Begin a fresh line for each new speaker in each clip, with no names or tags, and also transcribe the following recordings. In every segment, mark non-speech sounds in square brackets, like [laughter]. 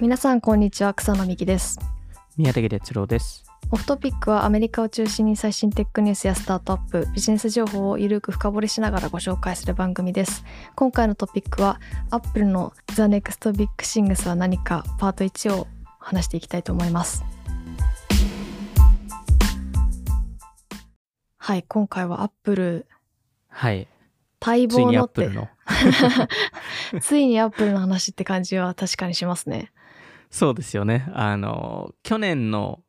皆さんこんにちは草野美希です
宮崎哲郎です。
オフトピックはアメリカを中心に最新テックニュースやスタートアップビジネス情報をゆるく深掘りしながらご紹介する番組です今回のトピックはアップルの The Next Big Things は何かパート1を話していきたいと思いますはい今回はアップル
はい。
待
つい
望
にア
の
ッ
っ
プ
て
ルの。
ついにアップルの話って感じは確かにしますね
そうですよね。あの、去年の、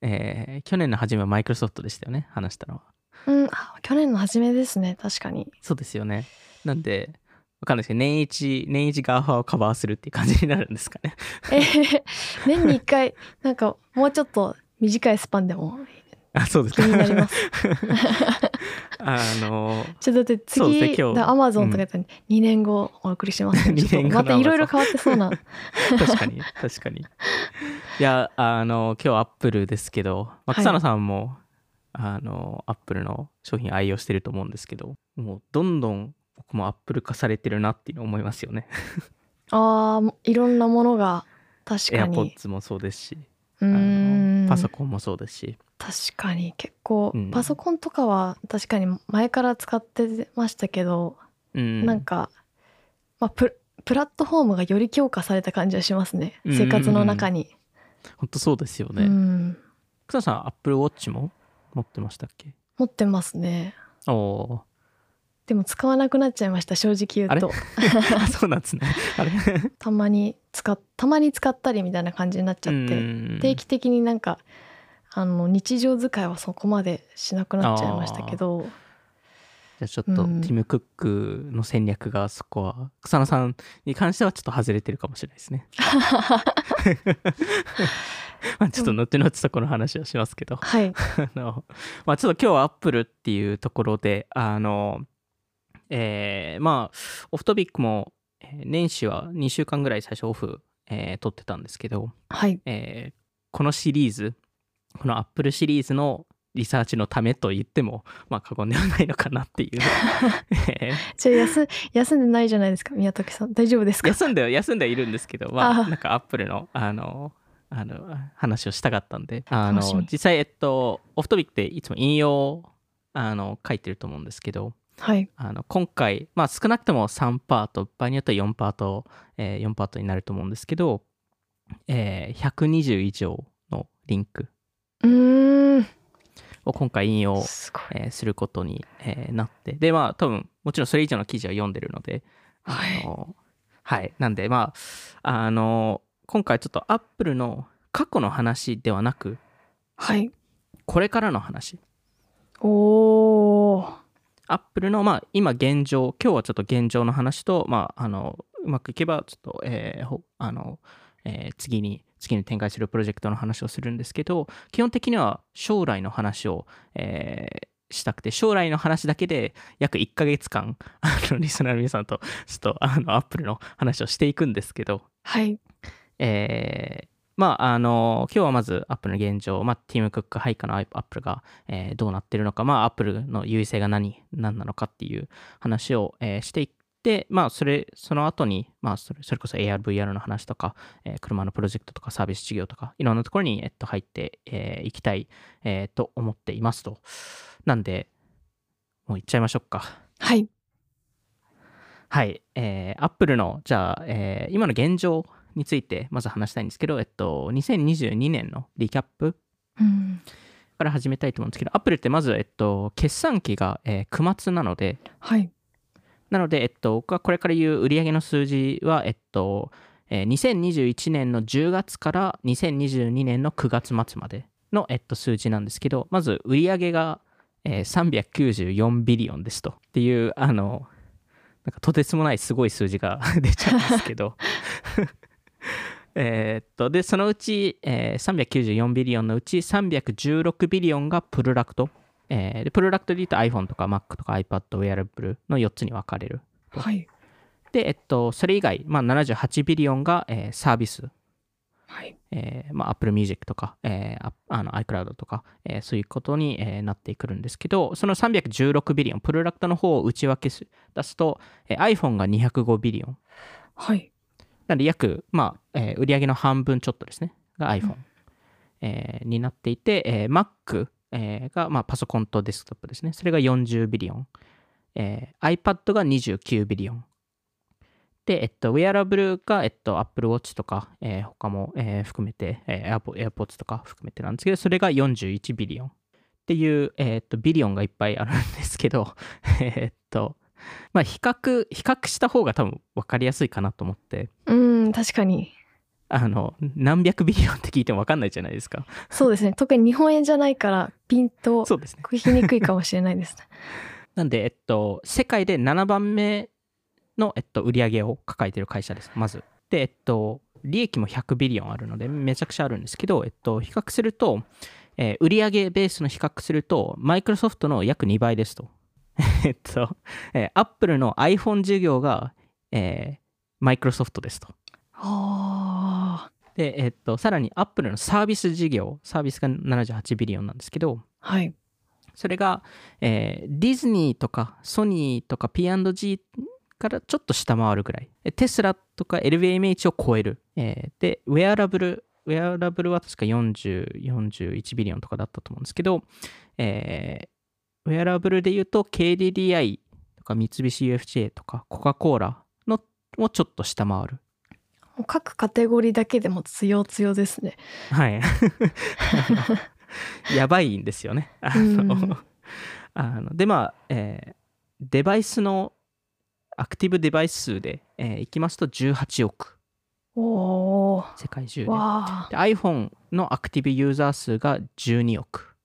えー去年の初めはマイクロソフトでしたよね、話したのは。
うん、あ去年の初めですね、確かに。
そうですよね。なんで、わかんないですけど、年一、年一ガーファをカバーするっていう感じになるんですかね。
えへへ年に1回、なんかもうちょっと短いスパンでも
あ、そうです
気
か。
になります。
[laughs] あの、
ちょっとだって
そうで
次、
すね今日
アマゾンとかやったら2年後お送りします、
[laughs]
ね。ち
2
ょっと
年後の
またいろいろ
Amazon
変わってそうな。
[laughs] 確かに、確かに。いや、あの、今日アップルですけど、
は
まあ
い
草野さんも、あの、アップルの商品愛用してると思うんですけど、もうどんどん僕もアップル化されてるなっていうの思いますよね。
ああ、いろんなものが確
エ
か
アポ
に
ッ。ツもそうですし、
う
あの
ーん。
パソコンもそうですし、
確かに結構、
うん
パソコンとかは確かに前から使ってましたけど、
うん
なんか、まあ、ププラットフォームがより強化された感じはしますね、
うんうんうん
生活の中に、
本当そうですよ
う
ね。
ん、
草野さん、アップルウォッチも持ってましたっ
[laughs]
け
持ってますね
おおー。
でも使わなくなっちゃいました正直言うと
あ [laughs] そうなんですね。あれ
たまに使ったまに使ったりみたいな感じになっちゃって、
うん
定期的になんかあの日常使いはそこまでしなくなっちゃいましたけど
じゃあちょっと、
うん
ティム・クックの戦略がそこは草野さんに関してはちょっと外れてるかもしれないで
[laughs]
すね。まあちょっと後々そこの話はします
[laughs]
けど
はい
あの、まあ、ちょっと今日はアップルっていうところであのえーまあオフトピックもえー年始は2週間ぐらい最初オフ、えー撮ってたんですけど、
はい
えーこのシリーズこのアップルシリーズのリサーチのためと言っても、まあ、過言ではないのかな
[laughs]
っていう、 [laughs] えー
じゃあ休休んでないじゃないですか宮崎さん大丈夫ですか
休んでは休んではいるんですけど、まあ、
ああ
なんかアップルのあのあの話をしたかったんであの
楽しみ
実際、えっと、オフトピックっていつも引用をあの書いてると思うんですけど
はい
あの今回、まあ、少なくとも3パート場合によっては4パート、えー4パートになると思うんですけど、えー120以上のリンク
うーん
を今回引用
すごい
えーすることに、えーなってでまあ多分もちろんそれ以上の記事は読んでるのであのはい、なんでまああの今回ちょっとアップルの過去の話ではなく
はい
これからの話
おー
アップルのまあ今現状今日はちょっと現状の話とまああのうまくいけばちょっと、えーほあのえー次に次に展開するプロジェクトの話をするんですけど基本的には将来の話を、えーしたくて将来の話だけで約1ヶ月間あのリスナーの皆さんとちょっとあのアップルの話をしていくんですけど
はい
えーまあ、あの今日はまずアップルの現状、まあ、ティム・クック配下のアップルが、えーどうなってるのか、まあ、アップルの優位性が何何なのかっていう話を、えーしていって、まあ、それその後に、まあ、それそれこそ ARVR の話とか、えー車のプロジェクトとかサービス事業とかいろんなところに、えっと、入ってい、えーいきたい、えーと思っていますとなんでもう行っちゃいましょうか。
はい
はい、えー、Apple の、じゃあ、えー今の現状について、まず話したいんですけど、えっと、2022年のリキャップ
うん
から始めたいと思うんですけど、Apple ってまず、えっと、決算期が、えー、9月なので、
はい
なので、えっと、僕はこれから言う売上の数字は、えっと、えー2021年の10月から2022年の9月末までの、えっと、数字なんですけど、まず売上が、えー394ビリオンですと。っていう、あの、なんかとてつもないすごい数字が [laughs] 出ちゃうんですけど。 [laughs] えーっと、で、そのうち、えー394ビリオンのうち316ビリオンがプロダクト。えーでプロダクトで言うと iPhone とか Mac とか iPad、Wearable の4つに分かれる。
はい
で、えっと、それ以外、まあ、78ビリオンが、えーサービス、
はい
えーまあ、Apple Music とか、えーああの iCloud とか、えーそういうことに、えーなってくるんですけど、その316ビリオン、プロダクトの方を内訳す出すと、えー iPhone が205ビリオン、
はい
なんで約、まあえー売上の半分ちょっとですね、が iPhone、えーになっていて、えー Mac、えーが、まあ、パソコンとデスクトップですね、それが40ビリオン、えー iPad が29ビリオン。で、えっと、ウェアラブルが、えっと、Apple Watch とか、えー他も、えー含めて、えー AirPo- AirPods とか含めてなんですけど、それが41ビリオン。っていう、えーっと、ビリオンがいっぱいあるんですけど、 [laughs] えーっと、まあ、比較、比較した方が多分分かりやすいかなと思って、
うん確かに
あの、何百ビリオンって聞いても分かんないじゃないですか。
そうですね特に日本円じゃないからピンと
そうですね。
聞きにくいかもしれないですね
なんで、えっと、世界で7番目の、えっと、売り上げを抱えている会社です、まず。で、えっと、利益も100ビリオンあるので、めちゃくちゃあるんですけど、えっと、比較すると、えー売上ベースの比較すると、マイクロソフトの約2倍ですと。 [laughs] えっと、えーアップルの iPhone 事業が、えマイクロソフトですと。
[laughs] ああ
で、えっと、さらにアップルのサービス事業、サービスが78ビリオンなんですけど、
はい
それが、えーディズニーとかソニーとか P&G からちょっと下回るぐらいえテスラとか LVMH を超える、えーでウェアラブルウェアラブルは確か4041ビリオンとかだったと思うんですけど、えーウェアラブルで言うと KDDI とか三菱 UFJ とかコカ・コーラのをちょっと下回る
もう各カテゴリーだけでも強強ですね
はい
[laughs]
あのやばいんですよね。あの
うん
あのでまあ、えーデバイスのアクティブデバイス数で、えーいきますと18億
おお
世界中で
わあ
で iPhone のアクティブユーザー数が12億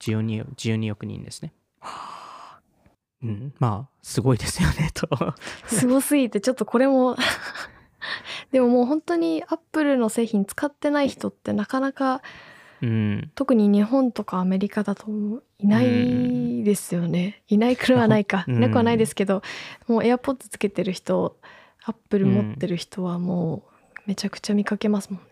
12, 億12億人ですね。うん、まあすごいですよねと。
[laughs] すごすぎてちょっとこれも [laughs] でももう本当にアップルの製品使ってない人ってなかなか
うん
特に日本とかアメリカだといないですよね、いないくらはないか、
うん
いなくはないですけどもう AirPods つけてる人アップル持ってる人はもうめちゃくちゃ見かけますもんね。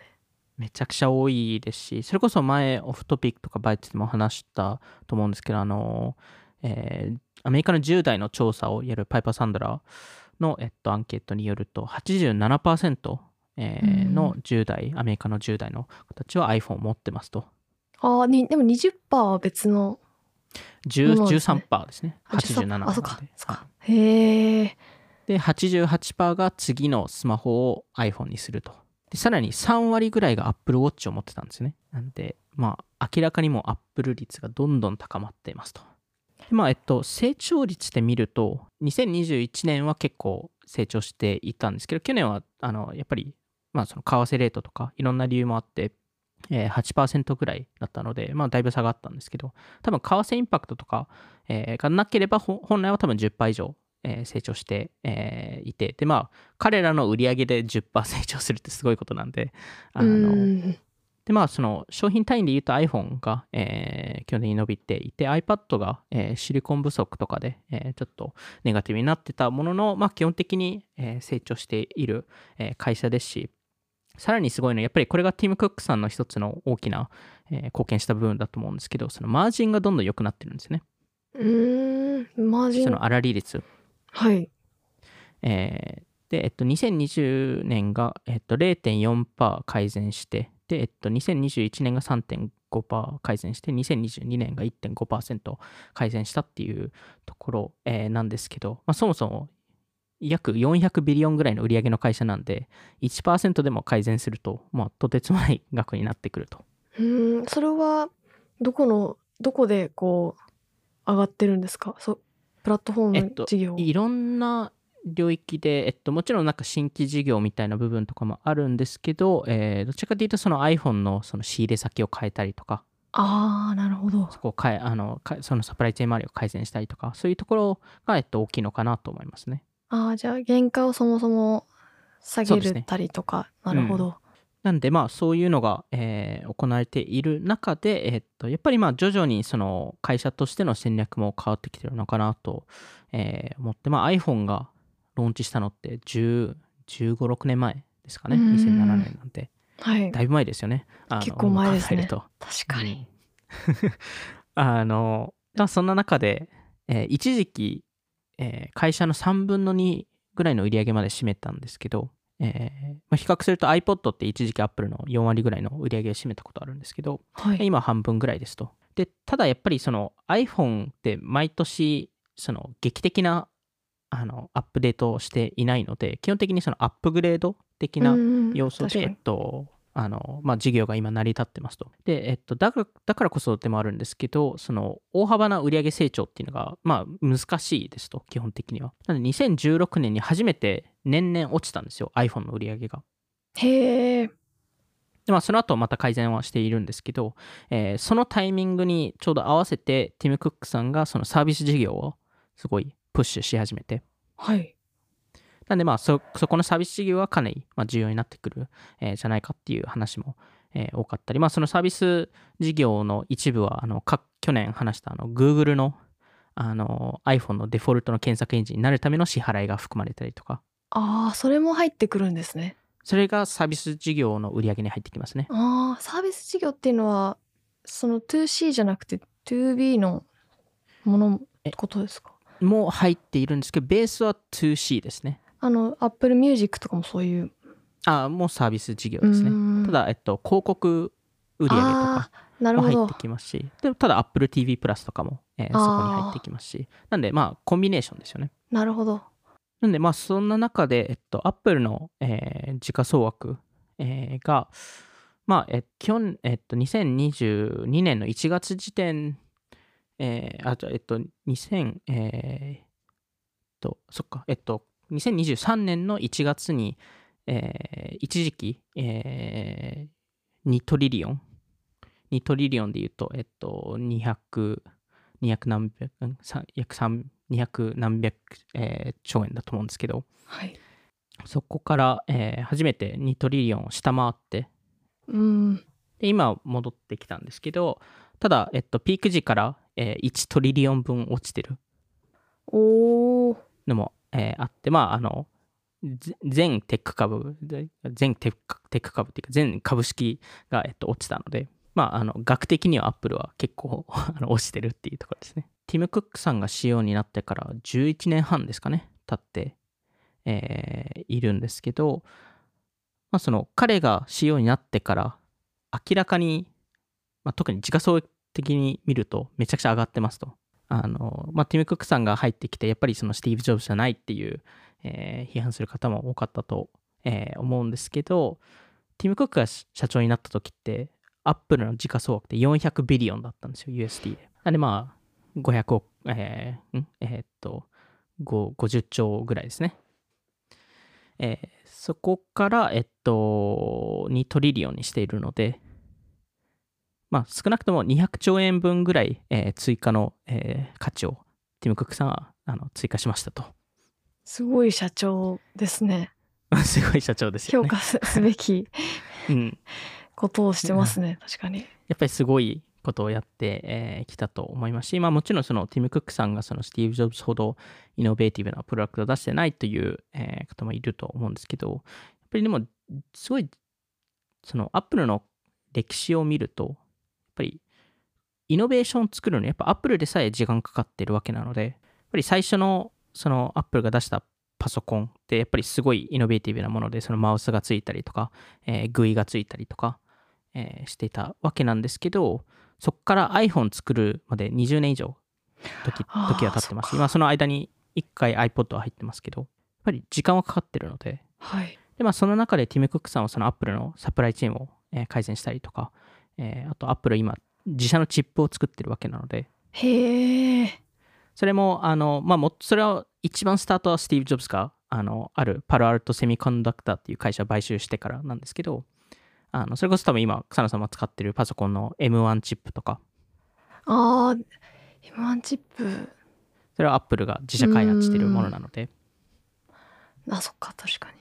めちゃくちゃ多いですしそれこそ前オフトピックとかバイトでも話したと思うんですけどあの、えーアメリカの10代の調査をやるパイパーサンドラの、えっと、アンケートによると87%、えー
うん
の10代アメリカの10代の子たちは iPhone を持ってますと
ああにでも20%は別のそうですね
10 13%ですね87%なんで
あそっかそっかへえ
で88%が次のスマホを iPhone にするとでさらに3割ぐらいが Apple Watch を持ってたんですよねなんでまあ明らかにもう Apple 率がどんどん高まっていますとでまあえっと成長率で見ると2021年は結構成長していたんですけど去年はあのやっぱりまあその為替レートとかいろんな理由もあってえー8%ぐらいだったので、まあ、だいぶ下がったんですけど、多分為替インパクトとか、えーがなければ、ほ本来は多分10%以上、えー成長して、えーいて、で、まあ、彼らの売り上げで10%成長するってすごいことなんで、あの
うん
で、まあ、その商品単位で言うと iPhone が、えー基本的に伸びていて、iPad が、えーシリコン不足とかで、えーちょっとネガティブになってたものの、まあ、基本的に、えー成長している、えー会社ですし、さらにすごいのは、やっぱりこれがティム・クックさんの一つの大きな、えー貢献した部分だと思うんですけど、そのマージンがどんどん良くなってるんですよね。
うーんマージ
そ
ン
の粗利率。
はい
えーで、えっと、2020年が、えっと、0.4%改善して、で、えっと、2021年が3.5%改善して、2022年が1.5%改善したっていうところ、えーなんですけど、まあ、そもそも約400ビリオンぐらいの売り上げの会社なんで、1%でも改善すると、まあ、とてつもない額になってくると。
うーんそれはどこのどこでこう上がってるんですかそうプラットフォ
え
ー
っ
ム
と
事業、
いろんな領域で、えっと、もちろんなんか新規事業みたいな部分とかもあるんですけど、えーどっちかというとその iPhone のその仕入れ先を変えたりとか、
ああなるほど
そこを変えあのかそのサプライチェーン周りを改善したりとか、そういうところが、えっと、大きいのかなと思いますね。
ああじゃあ原価をそもそも下
そ
げ
うです
る
ね
たりとか、なるほど、
なんでまあそういうのが、えー行われている中で、えっとやっぱりまあ徐々にその会社としての戦略も変わってきてるのかなと、えー思って、まあ、iPhone がローンチしたのって10 15、6年前ですかね、
うん
2007年なんて。
はい
だいぶ前ですよね。あの
結構前ですね
今考
確
えると
かに、
うん [laughs] あの、まあ、そんな中で、えー一時期、えー会社の3分の2ぐらいの売り上げまで占めたんですけど、えーまあ、比較すると iPod って一時期 Apple の4割ぐらいの売り上げを占めたことあるんですけど、
はい。
今は半分ぐらいですと。で、ただやっぱりその iPhone って毎年、その劇的なあのアップデートをしていないので、基本的にそのアップグレード的な要素で、
うん
え
う
っ
ん
と、あのまあ、事業が今成り立ってますと。で、えっと、だからだからこそでもあるんですけど、その大幅な売上成長っていうのが、まあ、難しいですと、基本的には。なので、2016年に初めて年々落ちたんですよ、iPhone の売
確
上が。
かにへえ。
でまあ、その後また改善はしているんですけど、えーそのタイミングにちょうど合わせて、ティム・クックさんがそのサービス事業をすごいプッシュし始めて、
はい。
なんでまあそそこのサービス事業はかなりまあ重要になってくる、えーじゃないかっていう話も、えー多かったり、まあ、そのサービス事業の一部はあのか去年話したあの Google のあの iPhone のデフォルトの検索エンジンになるための支払いが含まれたりとか
ああ、それも入ってくるんですね。
それがサービス事業の売り上げに入ってきますね。
ああ、サービス事業っていうのは、その 2C じゃなくて 2B のものってことですか
もう入っているんですけどベースは 2C ですね。
あの、Apple Music とかもそういう。
あもうサービス事業ですね。
ね
ただ、えっと、広告売り上げとか
なる
も
ほ
入っ
ど
て。きますしでただ AppleTV プラスとかも、えーそこに入ってきますしなんでまあコンビネーションですよね
なるほど。
なんでまあそんな中で、えっと、Apple の、えー時価総額、えーがまあ、えー去年えっと、2022年の1月時点、えーあとえっと2000えーえっとそっかえっと2023年の1月に、えー一時期、えー2トリリオン2トリリオンで言うとえっと200 200何百うんさ約3 200何百、えー兆円だと思うんですけど
はい。
そこから、えー初めて2トリリオンを下回って
うん。
で今戻ってきたんですけどただ、えっと、ピーク時から、えー1トリリオン分落ちてる
おお。
のも、えーあってまああのぜ全テック株で全テックテック株っていうか全株式が、えっと、落ちたのでまああの額的にはアップルは結構 [laughs] あの落ちてるっていうところですねティム・クックさんが CEO になってから11年半ですかね経って、えーいるんですけど、まあ、その彼が CEO になってから明らかに、まあ、特に時価総額的に見るとめちゃくちゃ上がってますとあの、まあ、ティム・クックさんが入ってきて、やっぱりそのスティーブ・ジョブズじゃないっていう、えー批判する方も多かったと、えー思うんですけど、ティム・クックが社長になった時って、アップルの時価総額って400ビリオンだったんですよ、USD で。なんでまあ、500億、えーんえーっと、ご50兆ぐらいですね。えーそこから、えっと、2トリリオンにしているので、まあ、少なくとも200兆円分ぐらい、えー追加の、えー価値をティム・クックさんはあの追加しましたと。 [laughs]
すごい社長ですね。
すごい社長ですよ
評
ね。
価すすべき
うん、
ことをしてます
[laughs]
ね。確かに。
やっぱりすごいことをやってき、えーきたと思いますし、まあ、もちろんそのティム・クックさんがそのスティーブ・ジョブズほどイノベーティブなプロダクトを出してないという、えー方もいると思うんですけどやっぱりでもすごいそのアップルの歴史を見るとやっぱりイノベーションを作るのにやっぱアップルでさえ時間かかってるわけなのでやっぱり最初のそのアップルが出したパソコンってやっぱりすごいイノベーティブなものでそのマウスがついたりとか、えー、GUI がついたりとか、えーしていたわけなんですけどそこから iPhone 作るまで20年以上時
あー
時は経ってま
そっ
す
か
今その間に1回 iPod は入ってますけどやっぱり時間はかかってるので
はい。
で、まあ、その中でティム・クックさんはそのアップルのサプライチェーンを、えー改善したりとか、えーあとアップル今自社のチップを作ってるわけなので
へえ。
それもあの、まあ、もそれは一番スタートはスティーブ・ジョブズがあのあるパロアルト・セミコンダクターっていう会社を買収してからなんですけどあのそれこそ多分今草野さんも使ってるパソコンの M1 チップとか
ああ。M1 チップ。
それはアップルが自社開発してるものなので
あ、そっか。確かに。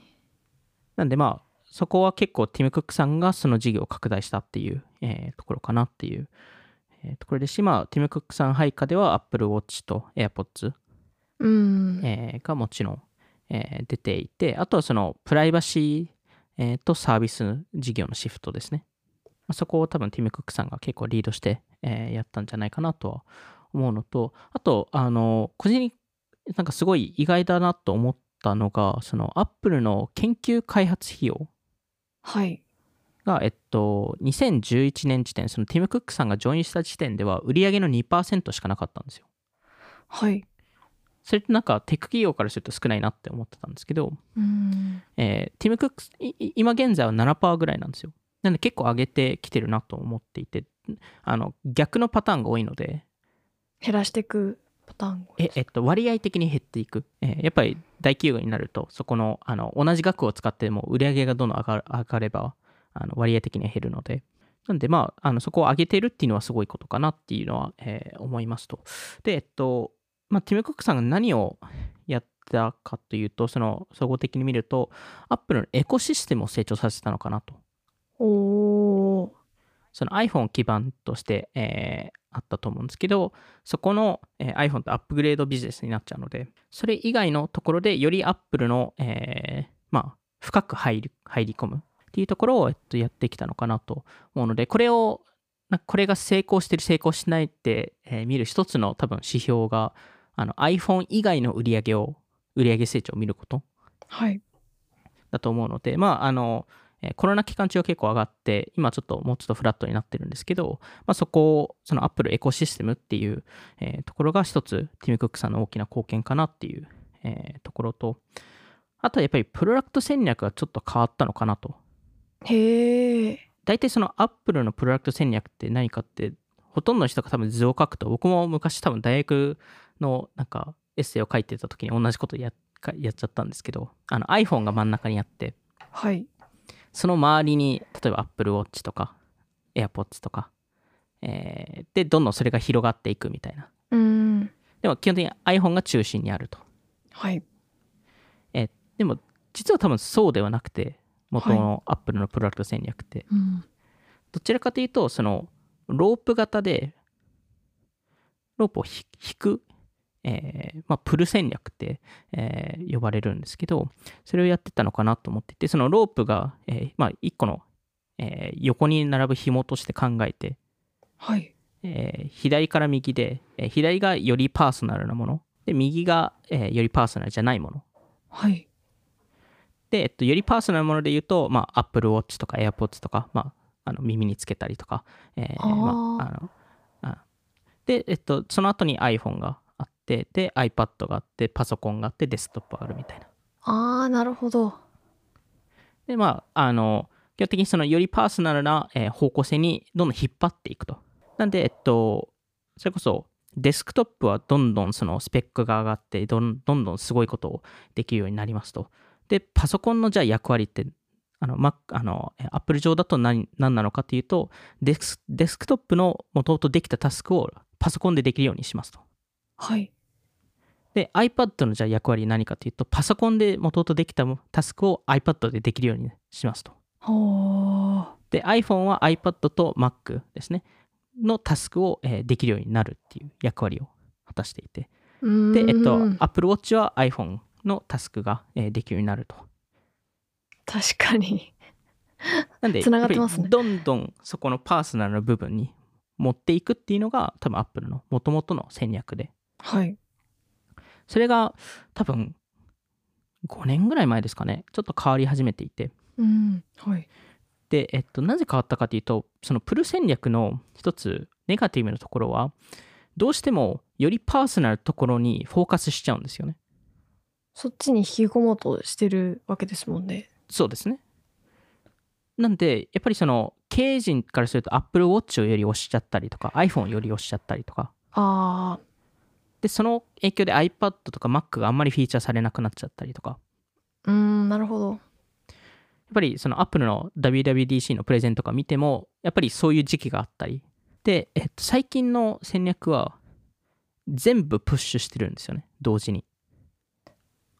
なんでまあそこは結構ティム・クックさんがその事業を拡大したっていう、えーところかなっていう、えーところですし、まあ、ティム・クックさん配下では Apple Watch と AirPods、
うん。
えーがもちろん、えー出ていてあとはそのプライバシー、えーとサービス事業のシフトですねまあそこを多分ティム・クックさんが結構リードして、えーやったんじゃないかなとは思うのとあとあの個人になんかすごい意外だなと思っったのが、そのアップルの研究開発費用
はい。
が、えっと、2011年時点、そのティム・クックさんがジョインした時点では、売上の2%しかなかったんですよ。
はい。
それってなんかテック企業からすると少ないなって思ってたんですけど、
うん。
えーティム・クックスいい今現在は7%ぐらいなんですよ。なので結構上げてきてるなと思っていて、あの逆のパターンが多いので、
減らしていくパターン。
ええっと、割合的に減っていく、えーやっぱり大企業になると、そこのあの同じ額を使っても売り上げがどんどん上がる上がればあの割合的には減るので、なんで、まあ、あのそこを上げてるっていうのはすごいことかなっていうのは、えー思いますと。で、えっと、まあ、ティム・クックさんが何をやったかというと、その総合的に見ると、アップルのエコシステムを成長させたのかなと。
おお。
その iPhone を基盤として、えーあったと思うんですけど、そこの、えー iPhone とアップグレードビジネスになっちゃうので、それ以外のところでより Apple の、えーまあ、深く入り入り込むっていうところを、えっと、やってきたのかなと思うので、これを、なんかこれが成功してる、成功しないって、えー見る一つの多分指標が、あの iPhone 以外の売り上げを、売り上げ成長を見ること
はい。
だと思うので、まあ、あの、えーコロナ期間中は結構上がって、今ちょっともうちょっとフラットになってるんですけど、まあ、そこを、その Apple エコシステムっていう、えーところが一つ、ティム・クックさんの大きな貢献かなっていう、えーところと、あとはやっぱりプロダクト戦略がちょっと変わったのかなと。
へえ。
大体その Apple のプロダクト戦略って何かって、ほとんどの人が多分図を書くと、僕も昔多分大学のなんかエッセイを書いてた時に同じことやかやっちゃったんですけど、あの iPhone が真ん中にあって、
はい。
その周りに、例えば Apple Watch とか、AirPods とか、えーで、どんどんそれが広がっていくみたいな。
うん。
でも基本的に iPhone が中心にあると。
はい。
えーでも、実は多分そうではなくて、元の Apple のプロダクト戦略って、
うん。
どちらかというと、その、ロープ型で、ロープをひ引く、えーまあ、プル戦略って、えー呼ばれるんですけど、それをやってたのかなと思っていて、そのロープが、えーまあ、一個の、えー横に並ぶ紐として考えて、
はい。
えー左から右で、えー左がよりパーソナルなもの、で、右が、えーよりパーソナルじゃないもの。
はい。
で、えっと、よりパーソナルなもので言うと、まあ、Apple Watch とか AirPods とか、まあ、あの耳につけたりとか、えー
あー
まあ、あのあで、えっと、その後に iPhone があって、で、iPad があって、パソコンがあって、デスクトップがあるみたいな。
ああ、なるほど。
で、まあ、あの、基本的にそのよりパーソナルな、えー方向性にどんどん引っ張っていくと。なんで、えっと、それこそ、デスクトップはどんどんそのスペックが上がってどん、どんどんすごいことをできるようになりますと。で、パソコンのじゃあ役割って、あの、Mac、あの、えー Apple 上だと何何なのかというと、デスデスクトップの元々できたタスクをパソコンでできるようにしますと。
はい。
で、iPad のじゃあ役割何かというと、パソコンで元々できたタスクを iPad でできるようにしますと。
ほー。
で iPhone は iPad と Mac ですねのタスクを、えーできるようになるっていう役割を果たしていてで、えっと、Apple Watch は iPhone のタスクが、えーできるようになると
確かに。
なんで
繋がってますね
やっぱりどんどんそこのパーソナルな部分に持っていくっていうのが多分 Apple の元々の戦略で
はい。
それが多分5年ぐらい前ですかねちょっと変わり始めていて
うん。はい。
で、えっと、なぜ変わったかというと、そのプル戦略の一つ、ネガティブなところは、どうしてもよりパーソナルなところにフォーカスしちゃうんですよね。
そっちに引き込もうとしてるわけですもんね。
そうですね。なんで、やっぱりその、経営陣からすると Apple Watch をより押しちゃったりとか、iPhone をより押しちゃったりとか、
あ
で、その影響で iPad とか Mac があんまりフィーチャーされなくなっちゃったりとか、
あ。うん、なるほど。
やっぱりその Apple の WWDC のプレゼンとか見ても、やっぱりそういう時期があったり。で、えっと、最近の戦略は、全部プッシュしてるんですよね、同時に。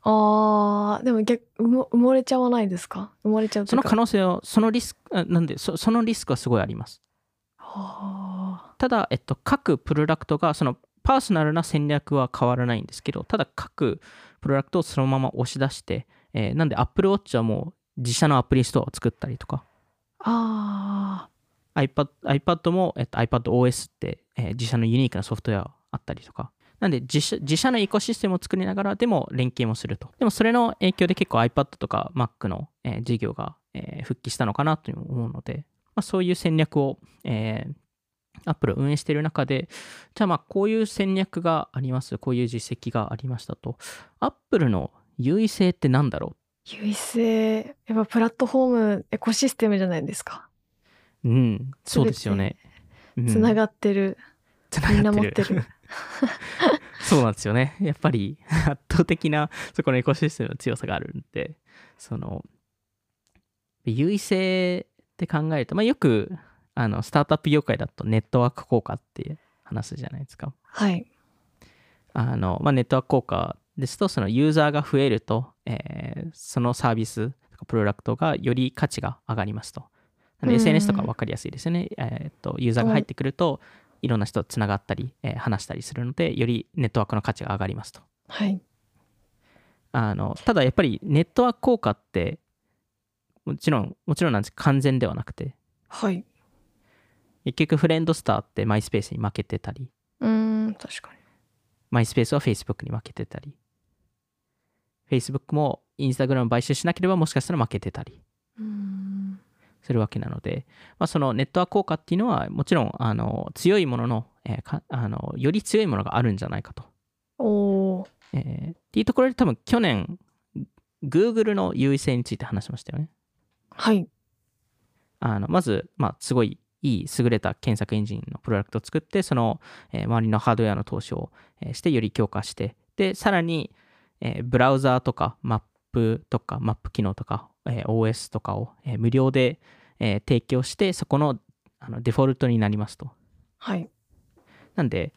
ああ、でも逆、埋も埋もれちゃわないですか埋もれちゃうと
そ
いう
の
か
可能性を、そのリスク、あなんでそ、そのリスクはすごいあります。
は
ただ、えっと、各プロダクトが、そのパーソナルな戦略は変わらないんですけど、ただ各プロダクトをそのまま押し出して、えーなんで Apple Watch はもう自社のアプリストアを作ったりとか、
あ。あ
iPad, iPad も、えっと、iPadOS って、えー自社のユニークなソフトウェアあったりとか、なんで自社自社のエコシステムを作りながらでも連携もすると。でもそれの影響で結構 iPad とか Mac の、えー事業が、えー復帰したのかなというのも思うので、まあ、そういう戦略を、えー Apple を運営している中で、じゃあまあこういう戦略があります、こういう実績がありましたと、Apple の優位性って何だろう
優位性やっぱプラットフォームエコシステムじゃないですか
うん、そうですよね。
つな
が
がってる、
つな
みん
が
な持
って
っ
る [laughs]
てる
そうなんですよね。やっぱり [laughs] 圧倒的なそこのエコシステムの強さがあるんで、その、優位性って考えると、まあ、よくあのスタートアップ業界だとネットワーク効果って話すじゃないですか。
はい
あのまあ、ネットワーク効果ですと、そのユーザーが増えると、えーそのサービスとかプロダクトがより価値が上がりますと。なんで
うん
SNS とか分かりやすいですよね。えーっとユーザーが入ってくると、いろんな人とつながったり、えー話したりするので、よりネットワークの価値が上がりますと。
はい
あのただやっぱりネットワーク効果ってもちろんもちろんなんです完全ではなくて
はい
結局フレンドスターってマイスペースに負けてたり
うーん確かに
マイスペースは Facebook に負けてたり Facebook も Instagram を買収しなければもしかしたら負けてたり
うーん
するわけなので、まあ、そのネットワーク効果っていうのはもちろんあの強いものの,、えーかあのより強いものがあるんじゃないかと、
おー
えーっていうところで多分去年 Google の優位性について話しましたよね
はい
あのまず、まあ、すごいいい優れた検索エンジンのプロダクトを作って、その、えー周りのハードウェアの投資を、えーして、より強化して、で、さらに、えーブラウザーとかマップとか、マップ機能とか、えー OS とかを、えー無料で、えー提供して、そこのあのデフォルトになりますと。
はい
なんで、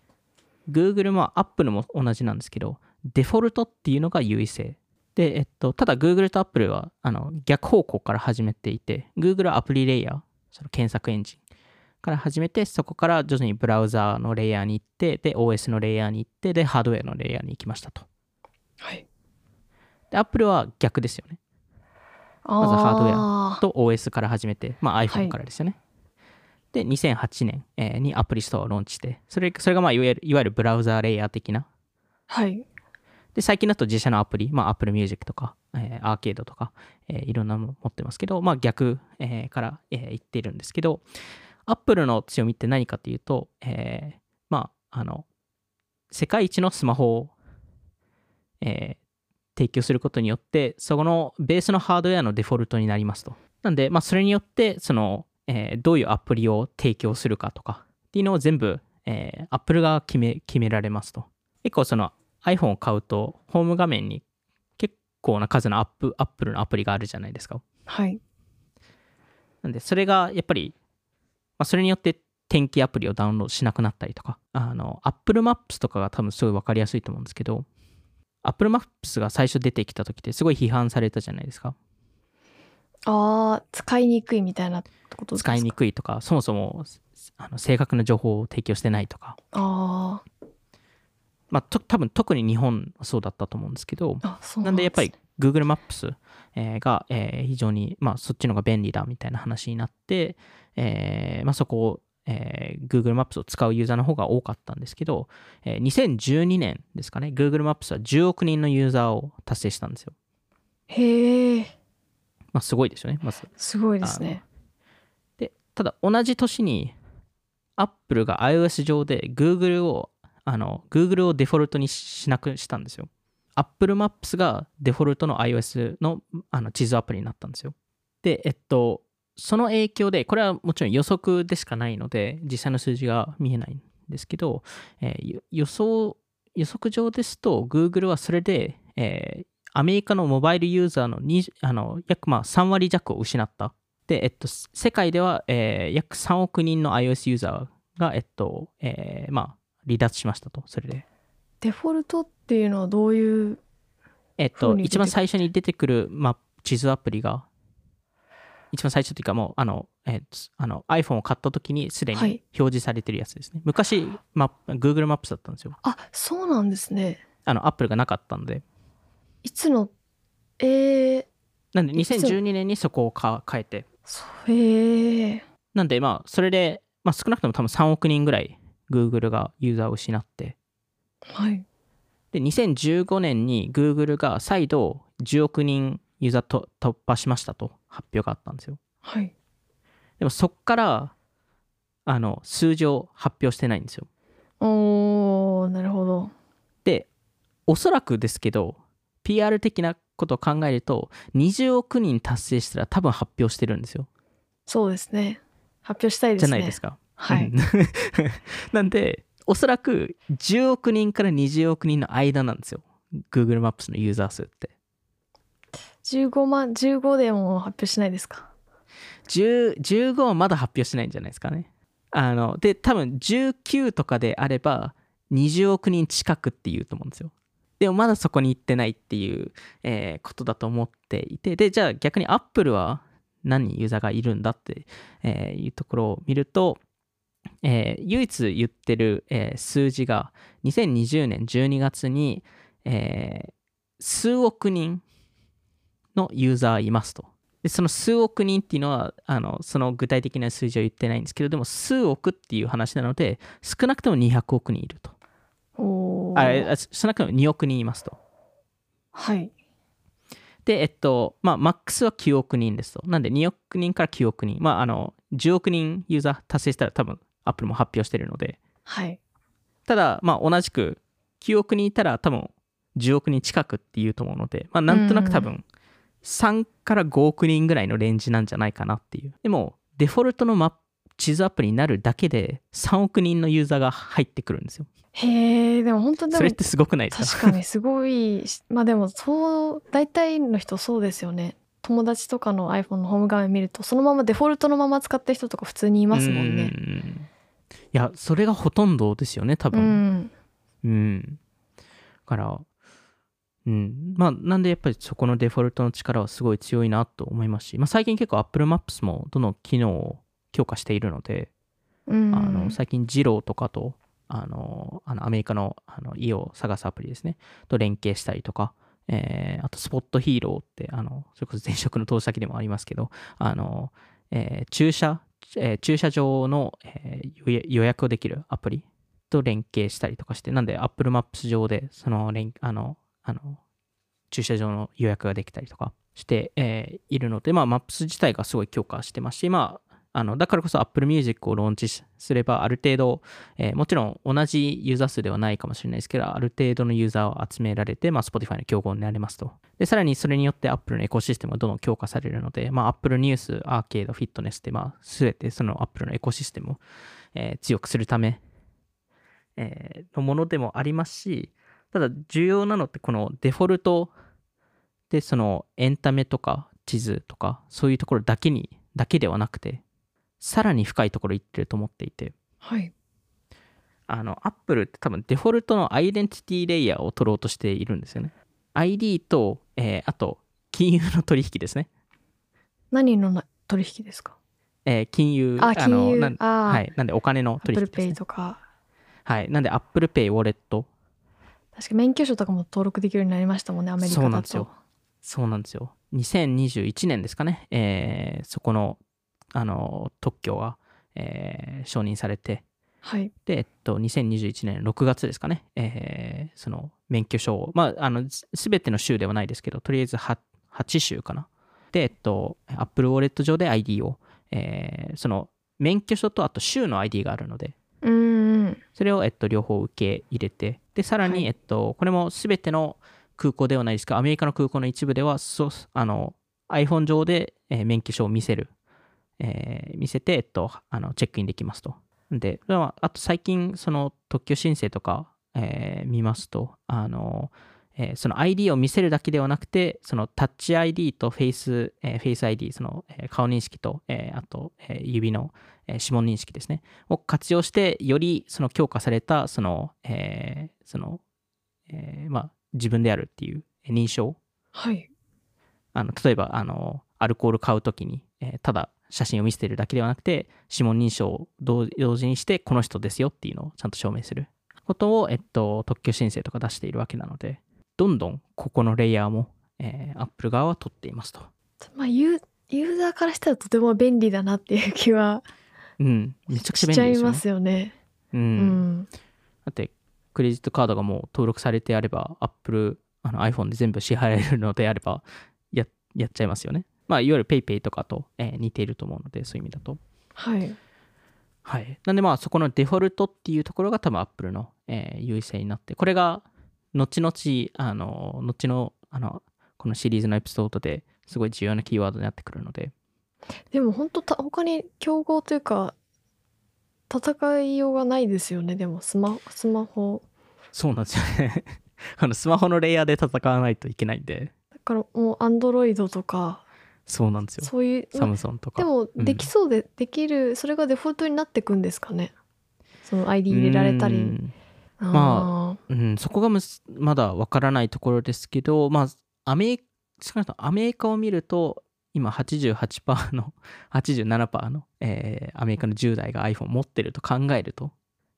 Google も Apple も同じなんですけど、デフォルトっていうのが優位性。で、えっと、ただ Google と Apple はあの逆方向から始めていて、Google はアプリレイヤー、その検索エンジンから始めて、そこから徐々にブラウザーのレイヤーに行って、で、OS のレイヤーに行って、で、ハードウェアのレイヤーに行きましたと。
はい
で、Apple は逆ですよね。
あ
まずハードウェ
ア
と OS から始めて、まあ、
はい
iPhone からですよね。で、2008年えーにアプリストアをローンチして、それそれが、まあ、いわゆるいわゆるブラウザーレイヤー的な
はい
で、最近だと自社のアプリ、まあ、Apple Music とか、えーアーケードとか、えーいろんなもの持ってますけど、まあ、逆、えーから、えー言っているんですけど、Apple の強みって何かというと、えーまあ、あの、世界一のスマホを、えー提供することによって、そこのベースのハードウェアのデフォルトになりますと。なんで、まあ、それによって、その、えーどういうアプリを提供するかとかっていうのを全部、えー Apple が決め、決められますと。結構その iPhone を買うと、ホーム画面に結構な数のアップ、Apple のアプリがあるじゃないですか。
はい
なんで、それがやっぱり、まあ、それによって天気アプリをダウンロードしなくなったりとか、あの、Apple Maps とかが多分すごい分かりやすいと思うんですけど、Apple Maps が最初出てきた時ってすごい批判されたじゃないですか。
あー使いにくいみたいなことですか
使いにくいとか、そもそもあの正確な情報を提供してないとか、
あー
まあ、と多分特に日本はそうだったと思うんですけど、
あそう
な
なんん
で
で
やっぱり
すね
Google Maps えーがえー非常にまあそっちの方が便利だみたいな話になってえーまあそこをえー Google Maps を使うユーザーの方が多かったんですけどえー2012年ですかね Google Maps は10億人のユーザーを達成したんですよ。
へえ
まあすごいですよね。まず
すごいですね
でただ同じ年に Apple が iOS 上で Google をあの Google をデフォルトにししなくしたんですよ。Apple Maps がデフォルトの iOS のあの地図アプリになったんですよ。で、えっと、その影響で、これはもちろん予測でしかないので、実際の数字が見えないんですけど、えーよ予想、予測上ですと、Google はそれで、えーアメリカのモバイルユーザーの20あの約まあ3割弱を失ったで、えっと、す世界では、えー約3億人の iOS ユーザーが、えっと、えーまあ、離脱しましたと、それで。
デフォルトっていうのはどういう
えっ
ふう
と、
に出てくる
一番最初に出てくる、まあ、地図アプリが、一番最初というか、もう、あの、えっと、あの iPhone を買った時にすでに
はい
表示されてるやつですね。昔、マップ Google マップスだったんですよ。
あそうなんですね
あの、Apple がなかったので。
いつのえー、
なんで、
いつ
2012年にそこをか変えて、
そうへえ
なんで、まあ、それで、まあ、少なくとも多分3億人ぐらい Google がユーザーを失って、
はい。
で2015年に Google が再度10億人ユーザーと突破しましたと発表があったんですよ
はい。
でもそっからあの数字を発表してないんですよ
おー、なるほど。
でおそらくですけど PR 的なことを考えると20億人達成したら多分発表してるんですよ
そうですね。発表したいで
じ
す
ゃ
ね。
ないですか
は
う
い
ん。 [laughs] なんでおそらく10億人から20億人の間なんですよ Google マップスのユーザー数って
15万、15でも発表しないですか。
10 15はまだ発表しないんじゃないですかねあので多分19とかであれば20億人近くっていうと思うんですよでもまだそこに行ってないっていう、えーことだと思っていてでじゃあ逆に Apple は何人ユーザーがいるんだって、えーいうところを見ると、えー唯一言ってる、えー数字が2020年12月に、えー数億人のユーザーいますとでその数億人っていうのはあのその具体的な数字を言ってないんですけどでも数億っていう話なので少なくとも200億人いると
お
あ
ー。
あ少なくとも2億人いますと
はい。
でえっとまあマックスは9億人ですとなんで2億人から9億人まああの10億人ユーザー達成したら多分アップルも発表してるので
はい。
ただまあ同じく9億人いたら多分10億人近くっていうと思うので、まあ、なんとなく多分3から5億人ぐらいのレンジなんじゃないかなっていうでもデフォルトのマップ地図アプリになるだけで3億人のユーザーが入ってくるんですよ
へえ、でも本当で
それ
も
ってすごくないですか
確かにすごいし [laughs] まあでもそう大体の人そうですよね友達とかの iPhone のホーム画面見るとそのままデフォルトのまま使った人とか普通にいますもんね
うんいやそれがほとんどですよね多
うん、
分、うん。だから、うん。まあ、なんでやっぱりそこのデフォルトの力はすごい強いなと思いますし、まあ、最近結構 Apple Maps もどの機能を強化しているので、
うん
あの最近、ジローとかと、あの、あのアメリカのあの家を探すアプリですね、と連携したりとか、えーあと、スポットヒーローって、あの、それこそ前職の投資先でもありますけど、あの、えー駐車、えー駐車場の、えー予約予約をできるアプリと連携したりとかして、なんで Apple Maps 上で、その連、あの、あの、駐車場の予約ができたりとかして、えーいるので、まあ、Maps 自体がすごい強化してますし、まあ、あのだからこそ Apple Music をローンチしすれば、ある程度、えーもちろん同じユーザー数ではないかもしれないですけど、ある程度のユーザーを集められて、まあ、Spotify の競合になれますと。で、さらにそれによって Apple のエコシステムがどんどん強化されるので、まあ、Apple ニュース、アーケード、フィットネスって、まあ、すべてその Apple のエコシステムを、えー強くするため、えーのものでもありますし、ただ重要なのってこのデフォルトでそのエンタメとか地図とかそういうところだけにだけではなくてさらに深いところ行ってると思っていて
はい
あの Apple って多分デフォルトのアイデンティティレイヤーを取ろうとしているんですよね ID と、えーあと金融の取引ですね、
何のな取引ですか
えー金融
あ金
の
融
なん
あ、
はい、なんでお金の取引
Apple
です、ね
Pay、とか
はいなんで ApplePay ウォレット
確か免許証とかも登録できるようになりましたもんねアメリカだと
そうなんですよそうなんですよ。2021年ですかね、えーそこのあの特許が、えー承認されて、
はい
で、えっと、2021年6月ですかね、えーその免許証を、まあ、あの、すすべての州ではないですけど、とりあえず 8, 8州かな。で、えっと、Apple ウォレット上で ID を、えーその免許証とあと州の ID があるので、
うーん
それを、えっと、両方受け入れて、で、さらに、
はい
えっと、これも全ての空港ではないですが、アメリカの空港の一部では、そうあの iPhone 上で、えー免許証を見せる、えー見せて、えっと、あのチェックインできますと。で、まああと最近、その特許申請とか、えー見ますと、あの、えーその ID を見せるだけではなくて、そのタッチ ID とフェイス、えーフェイス ID、その、えー顔認識と、えーあと、えー指の、えー指紋認識ですね、を活用して、よりその強化された、その、えーその、えーまあ、自分であるっていうえー認証。
はい
あの例えば、あの、アルコール買うときに、えーただ写真を見せてるだけではなくて、指紋認証を同同時にして、この人ですよっていうのをちゃんと証明することを、えっと、特許申請とか出しているわけなので、どんどんここのレイヤーも、えー、Apple 側は取っていますと。
まあユーユーザーからしたらとても便利だなっていう気は
うん、めちゃくち
し
ゃ便利
ちゃ
で
い
すよ
ま
ね。
すよね。
う、
うんん、
だってクレジットカードがもう登録されてあれば、Apple、あの iPhone で全部支払えるのであれば、ややっちゃいますよね。まあ、いわゆる PayPay とかと、えー似ていると思うので、そういう意味だと。
はい。
はい。なんでまあそこのデフォルトっていうところが多分 Apple の、えー優位性になって、これが後々、あの、後の、あの、このシリーズのエピソードですごい重要なキーワードになってくるので、
でも本当た他に競合というか戦いようがないですよね。でもスマスマホ
そうなんですよね。 [laughs] あのスマホのレイヤーで戦わないといけないんで、
だからもうアンドロイドとか
そうなんですよ。
そういう
サムソンとか。
でも
うん
できそうで、できるそれがデフォルトになってくんですかね。その ID 入れられたり。
うん
あー
まうん、そこがむすまだわからないところですけど、まあ、アメ少なくともアメリカを見ると、今88%の、87%の、えーアメリカの10代が iPhone 持ってると考えると、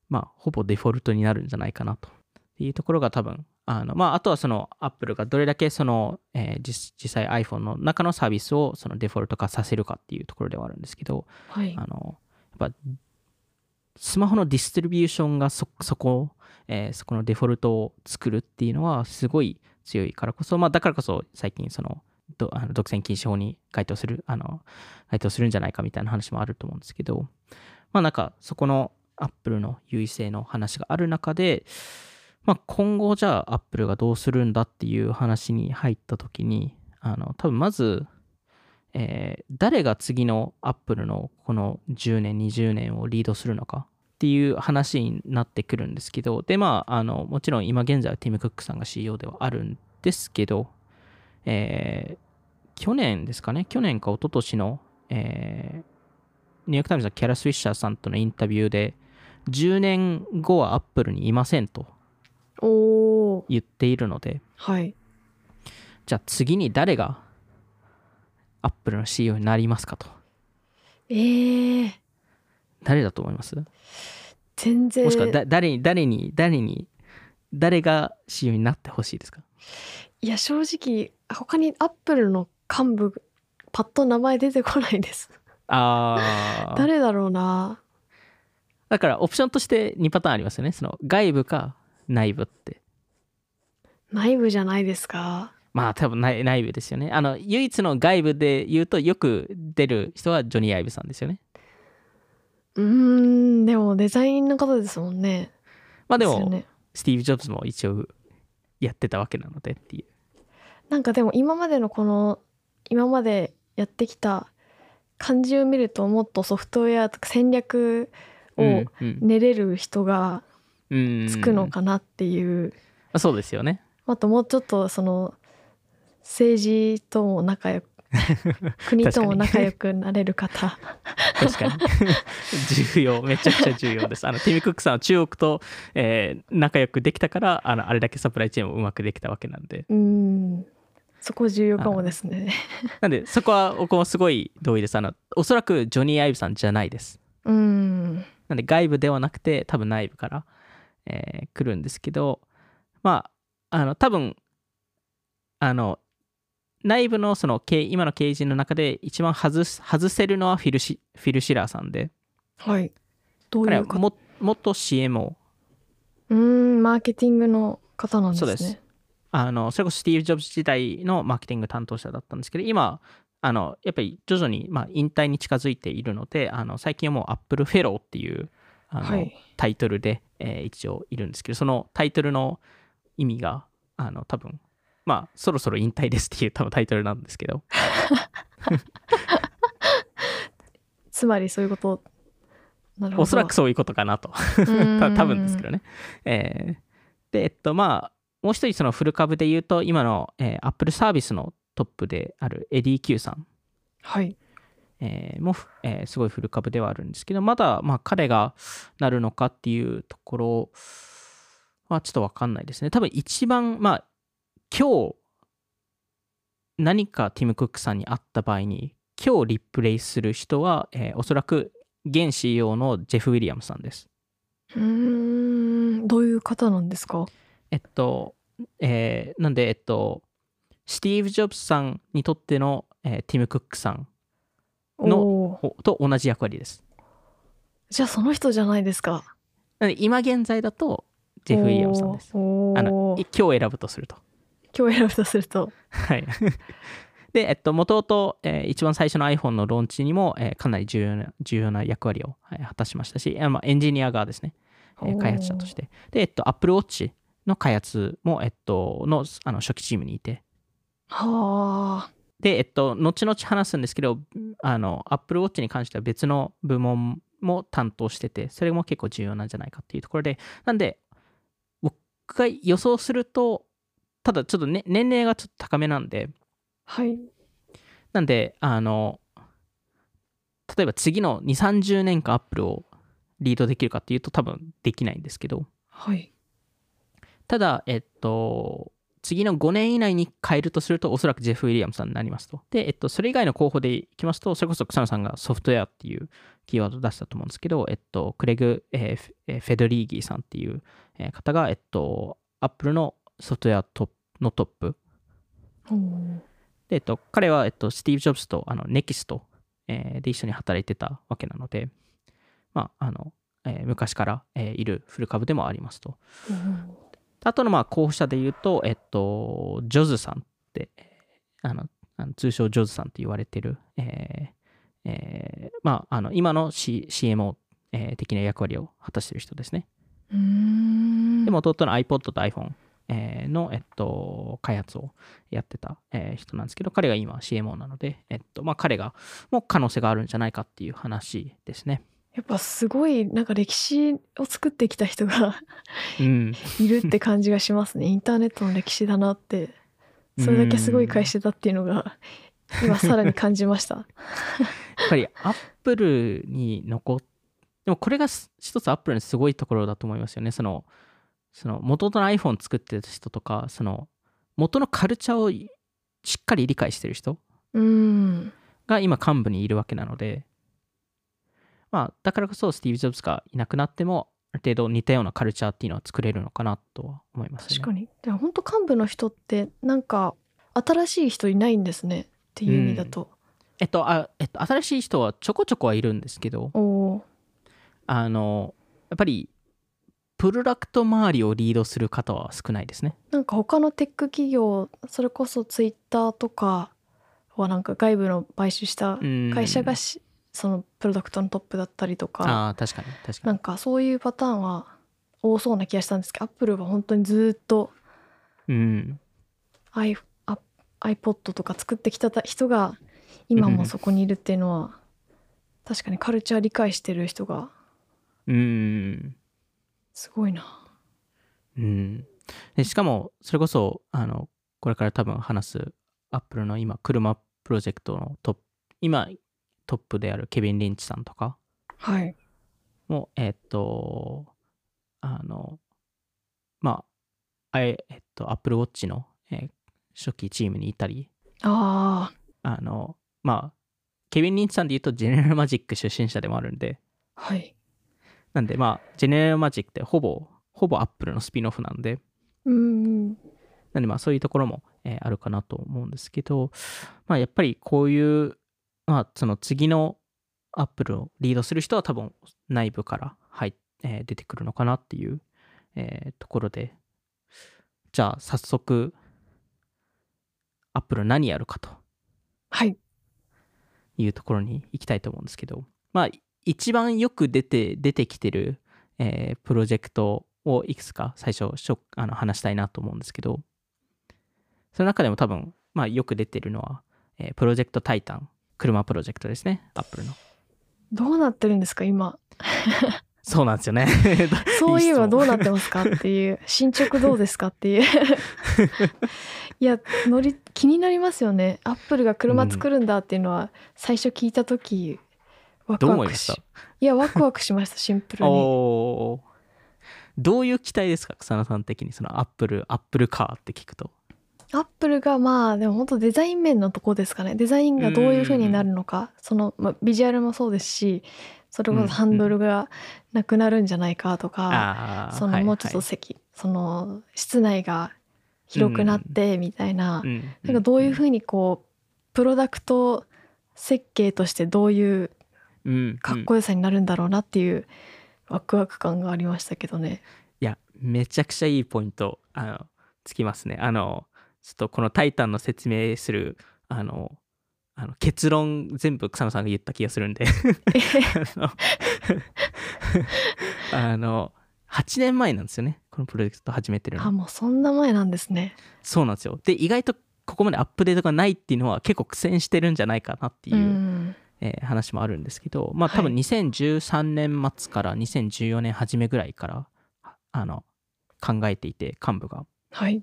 まあ、ほぼデフォルトになるんじゃないかなというところが多分、あの、まあ、あとはその Apple がどれだけその、えー実実際 iPhone の中のサービスをそのデフォルト化させるかっていうところではあるんですけど、
はい。
あの、やっぱ、スマホのディストリビューションがそ、そこ、えーそこのデフォルトを作るっていうのはすごい強いからこそ、まあだからこそ最近その、どあの独占禁止法に該当する、あの、該当するんじゃないかみたいな話もあると思うんですけど、まあなんかそこのアップルの優位性の話がある中で、まあ今後じゃあアップルがどうするんだっていう話に入った時に、あの、多分まず、えー誰が次のアップルのこの10年20年をリードするのかっていう話になってくるんですけどでまああのもちろん今現在はティム・クックさんが CEO ではあるんですけど、えー去年ですかね去年か一昨年の、えーニューヨーク・タイムズのキャラ・スウィッシャーさんとのインタビューで10年後はアップルにいませんと
おおー
言っているので
はい。
じゃあ次に誰がアップルの CEO になりますかと
ええー、
誰だと思います
全然
もしくはだ誰に誰に誰に誰が CEO になってほしいですか
いや正直他にアップルの幹部パッと名前出てこないです。
あー
誰だろうな。
だからオプションとして2パターンありますよねその外部か内部って
内部じゃないですか。
まあ多分内内部ですよねあの唯一の外部で言うとよく出る人はジョニー・アイブさんですよね
うーんでもデザインの方ですもんね。
まあです
よ
も
ね、
スティーブ・ジョブズも一応やってたわけなのでっていう
なんかでも今までのこの今までやってきた感じを見るともっとソフトウェアとか戦略を
うん
練れる人が
うん
つくの
ま
かなっていう、
あそうですよね
あともうちょっとその政治とも仲
[laughs]
良く国とも仲良くなれる方
確かに [laughs] 重要めちゃくちゃ重要ですあのティム・クックさんは中国と、えー仲良くできたからあのあれだけサプライチェーンをうまくできたわけなんで
うんそこ重要かもですね。
なんでそこは僕もすごい同意ですあのおそらくジョニー・アイブさんじゃないです
うん
なんで外部ではなくて多分内部から、えー来るんですけどまああの多分あの内部のその経今の経営陣の中で一番外す外せるのはフィルシフィルシラーさんで
はい。どうい
彼
う
は
か。
も元 CMO
うーん、マーケティングの方なんです
そう
ね。
ですあのそれこそスティーブ・ジョブズ時代のマーケティング担当者だったんですけど今あのやっぱり徐々に、まあ、引退に近づいているのであの最近はもうアップルフェローっていうあの、
はい。
タイトルで、えー一応いるんですけどそのタイトルの意味があの多分まあそろそろ引退ですっていう多分タイトルなんですけど
つまりそういうこと。なるほど。
おそらくそういうことかなと
う
た
ん
[laughs] 多分ですけどね。えーで、えっと、まあ、もう一人、そのフル株で言うと、今の、えー、Apple サービスのトップであるエディ・キューさん、
はい。
えーも、えーすごいフル株ではあるんですけど、まだ、まあ、彼がなるのかっていうところはちょっとわかんないですね。多分一番、まあ、今日、何かティム・クックさんに会った場合に、今日リプレイする人は、えーおそらく現 CEO のジェフ・ウィリアムさんです。
うーん、どういう方なんですか。
えっと、えーなんで、えっと、スティーブ・ジョブズさんにとっての、えーティム・クックさんの
おー
ほと同じ役割です。
じゃあその人じゃないですか。
なので、今現在だと、ジェフ・ウィリアムさんです。
おー
あのい今日選ぶとすると。
今日選ぶとすると。
はい。 [laughs] で、えっと、もともと、えー一番最初の iPhone のローンチにも、えーかなり重要な重要な役割を、はい果たしましたし、あまあ、エンジニア側ですね、えー
おー
開発者として。で、えっと、Apple Watch の開発も、えっと、のあの初期チームにいて、
はあ。
で、えっと、後々話すんですけど、あの、Apple Watch に関しては別の部門も担当してて、それも結構重要なんじゃないかっていうところで、なんで、僕が予想すると、ただちょっと、ね、年齢がちょっと高めなんで、
はい。
なんで、あの、例えば次の2、30年間アップルをリードできるかっていうと多分できないんですけど、
はい。
ただ、えっと、次の5年以内に変えるとすると、おそらくジェフ・ウィリアムさんになりますと。で、えっと、それ以外の候補でいきますと、それこそ草野さんがソフトウェアっていうキーワードを出したと思うんですけど、えっと、クレグ・えーフえーフェドリーギーさんっていうえー方が、えっと、アップルのソフトウェアトップのトップ
おー
で、えっと、彼は、えっと、スティーブ・ジョブズとあのネキスト、えーで一緒に働いてたわけなので、まああのえー昔から、えーいるフル株でもありますと。
うん
あとのまあ候補者で言うと、えっと、ジョズさんって、えーあのあの通称ジョズさんって言われてる、えーえーまあ、あの今の、C、CMO、えー的な役割を果たしてる人ですね。
うーん。
で、元々の iPod と iPhone、えーの、えっと、開発をやってた、えー人なんですけど、彼が今 CMO なので、えっと、まあ、彼が、もう可能性があるんじゃないかっていう話ですね。
やっぱすごいなんか歴史を作ってきた人が [laughs]
うん。
いるって感じがし [laughs] ますね。インターネットの歴史だなって、それだけすごい会社だっていうの [laughs] が今さらに感じま [laughs] した。
やっぱり、アップルに残っ、でもこれがす一つアップルのすごいところだと思いますよね。その、その、元々の iPhone 作ってた人とか、その、元のカルチャーをいしっかり理解してる人
うん。
が今幹部にいるわけなので、まあ、だからこそスティーブ・ジョブズがいなくなっても、ある程度似たようなカルチャーっていうのは作れるのかなとは思いますね。
確かに。でも本当幹部の人ってなんか新しい人いないんですねっていう意味だと。
えっと、あえっと、新しい人はちょこちょこはいるんですけど、
おお
あの、やっぱり、プロダクト周りをリードする方は少ないですね。
ー。なんか他のテック企業それこそツイッターとかはなんか外部の買収した
うん
会社がし、そのプロダクトのトップだったりとか。
ああ、確かに、確か
な
に。
んかそういうパターンは多そうな気がしたんですけどアップルは本当にずーっと
うん。
i a iPod とか作ってきた人が今もそこにいるっていうのは、確かにカルチャー理解してる人が
うん。
すごいな。
うん、でしかもそれこそあのこれから多分話すアップルの今車プロジェクトのトップ今トップであるケビン・リンチさんとか
はい。
もえっとあのまああええっとアップルウォッチの、えー初期チームにいたり
あ
あのまあケビン・リンチさんで言うとジェネラルマジック出身者でもあるんで
あはい。
なんでまあジェネラルマジックってほぼほぼアップルのスピンオフなんで
うーん。
なんでまあそういうところも、えーあるかなと思うんですけど、まあやっぱりこういう、まあその次のアップルをリードする人は多分内部から入っ、えー出てくるのかなっていう、えーところで、じゃあ早速、アップル何やるかと
はい。
いうところに行きたいと思うんですけど、まあ一番よく出て、出てきてる、えープロジェクトをいくつか最初しょあの話したいなと思うんですけど、その中でも多分、まあ、よく出てるのは、えープロジェクトタイタン、車プロジェクトですね、アップルの。
どうなってるんですか今。
そうな
[laughs]
んですよね。
そういえ
いい質
ば
問
どうなってますかっていう進捗どうですか
[laughs]
っていう。いや乗り気になりますよね。アップルが車作るんだっていうのは最初聞いた時ワク
どう
ワ
思い
ク
ま
し
し
いやワクワクしましたシンプル
た
に。
おーどういう期待ですか、草野さん的に、そのアップル、アップルカーって聞くと。
アップルがまあでも本当デザイン面のとこですかねデザインがどういう風になるのかその、まあ、ビジュアルもそうですしそれこそハンドルがなくなるんじゃないかとか、
ああー
その
はい
もうちょっと席、その室内が広くなってみたいな、
はいん
なんかどういう風にこうプロダクト設計としてどういう
うん
かっこよさになるんだろうなっていうワクワク感がありましたけどね。
いやめちゃくちゃいいポイントあのつきますねあのちょっとこの「タイタン」の説明するあのあの結論全部草野さんが言った気がするんであのあの8年前なんですよねこのプロジェクト始めてる
あ
の
もうそんな前なんですね。
そうなんですよで意外とここまでアップデートがないっていうのは結構苦戦してるんじゃないかなっていう、
ん、
えー話もあるんですけど、まあ、
はい
多分2013年末から2014年初めぐらいからああの考えていて幹部が。
はい。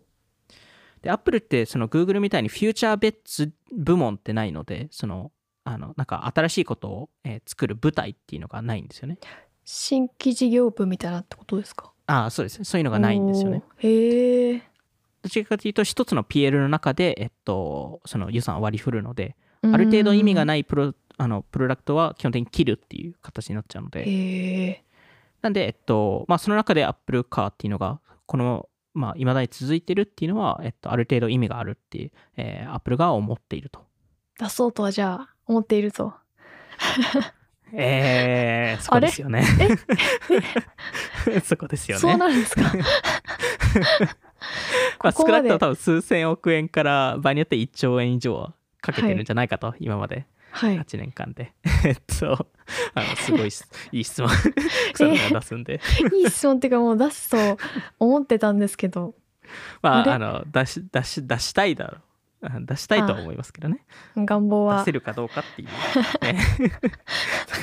で Apple ってその Google みたいにフューチャーベッツ部門ってないのでそのあのなんか新しいことを、えー作る舞台っていうのがないんですよね。
新規事業部みたいなってことですか。
ああそうですねそういうのがないんですよね。
おー。へえ。
どちらかというと一つの PL の中で、えっと、その予算を割り振るのである程度意味が
い。
ないプロあのプロダクトは基本的に切るっていう形になっちゃうので。
へえ。
なんで、えっと、まあ、その中で Apple Car っていうのが、この、まあ、未だに続いてるっていうのは、えっと、ある程度意味があるっていう、えー、Apple が思っていると。
出そうとはじゃあ思っていると。
えー、 [laughs] そこですよね。そこですよね。
そうなるんですか。
[laughs] まあ、
こ
少
こま
な
で
くとも多分数千億円から、場合によって1兆円以上はかけてるんじゃないかと、今まで、
はい。
8年間で。 [laughs] えっと、あの、す
[laughs]
ごいし、いい質問、草野さんが出すんで。
いい質問っていうかもう出すと思ってたんですけど、
ま
あれ
あ、あの、出し、出し、出したいだろう。あ出したいとは思いますけどね。
願望
出
は
せ。るかどう
[laughs]
かっていう、ね、 [laughs] とこ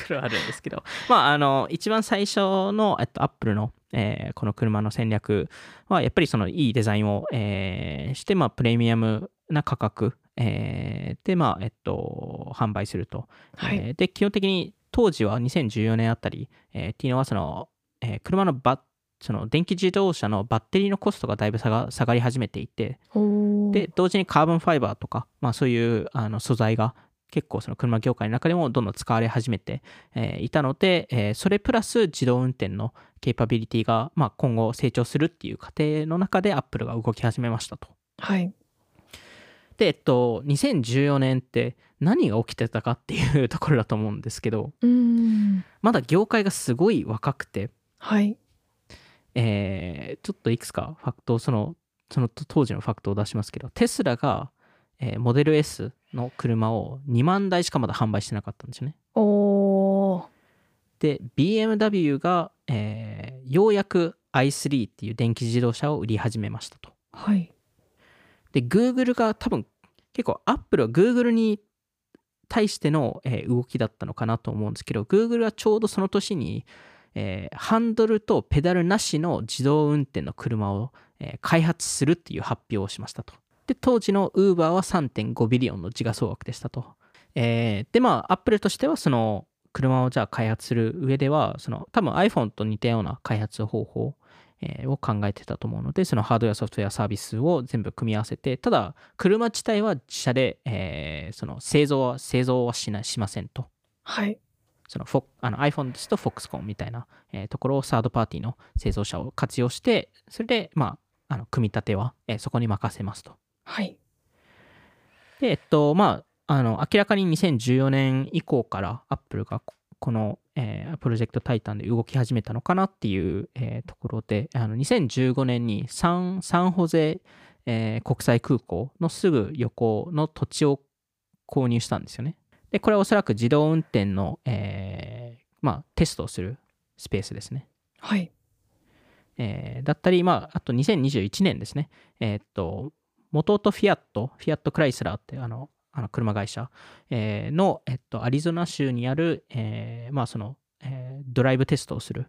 ろはあるんですけど、まあ、あの一番最初の、えっと、アップルの、えーこの車の戦略はやっぱりそのいいデザインを、えーして、まあ、プレミアムな価格、えーで、まあえっと、販売すると、
はい。
えーで基本的に当時は2014年あたり、えーっていうのはその、えー車のバッその電気自動車のバッテリーのコストがだいぶ下が下がり始めていて、
おお。
で同時にカーボンファイバーとか、まあ、そういうあの素材が結構その車業界の中でもどんどん使われ始めて、えーいたので、えーそれプラス自動運転のケイパビリティが、まあ、今後成長するっていう過程の中でアップルが動き始めましたと。
はい。
で、えっと、2014年って何が起きてたかっていうところだと思うんですけど
うーん。
まだ業界がすごい若くて、
はい。
えーちょっといくつかファクトをそのその当時のファクトを出しますけどテスラが、えーモデル S の車を2万台しかまだ販売してなかったんですよね
おお。
で BMW が、えーようやく i3 っていう電気自動車を売り始めましたと
はい。
で Google が多分結構 Apple は Google に対しての、えー動きだったのかなと思うんですけど Google はちょうどその年に、えーハンドルとペダルなしの自動運転の車を、えー開発するっていう発表をしましたと。で当時の Uber は3.5ビリオンの時価総額でしたと。えーでまあ Apple としてはその車をじゃあ開発する上ではその多分 iPhone と似たような開発方法えーを考えてたと思うのでそのハードウェアソフトウェアサービスを全部組み合わせてただ車自体は自社で、えーその製造は製造はしないしませんと
はい。
そのフォあの iPhone ですと Foxconn みたいな、えーところをサードパーティーの製造者を活用してそれでまああの組み立ては、えーそこに任せますと
はい。
で、えっと、まあ、あの、明らかに2014年以降から、アップルがここの、えープロジェクトタイタンで動き始めたのかなっていう、えーところで、あの2015年にサンサンホゼ、えー国際空港のすぐ横の土地を購入したんですよね。で、これはおそらく自動運転の、えーまあ、テストをするスペースですね。
はい。
えーだったり、まあ、あと2021年ですね、えーっと、元々フィアット、フィアット・クライスラーってあの、あの車会社、えーの、えっと、アリゾナ州にある、えーまあ、その、えードライブテストをする、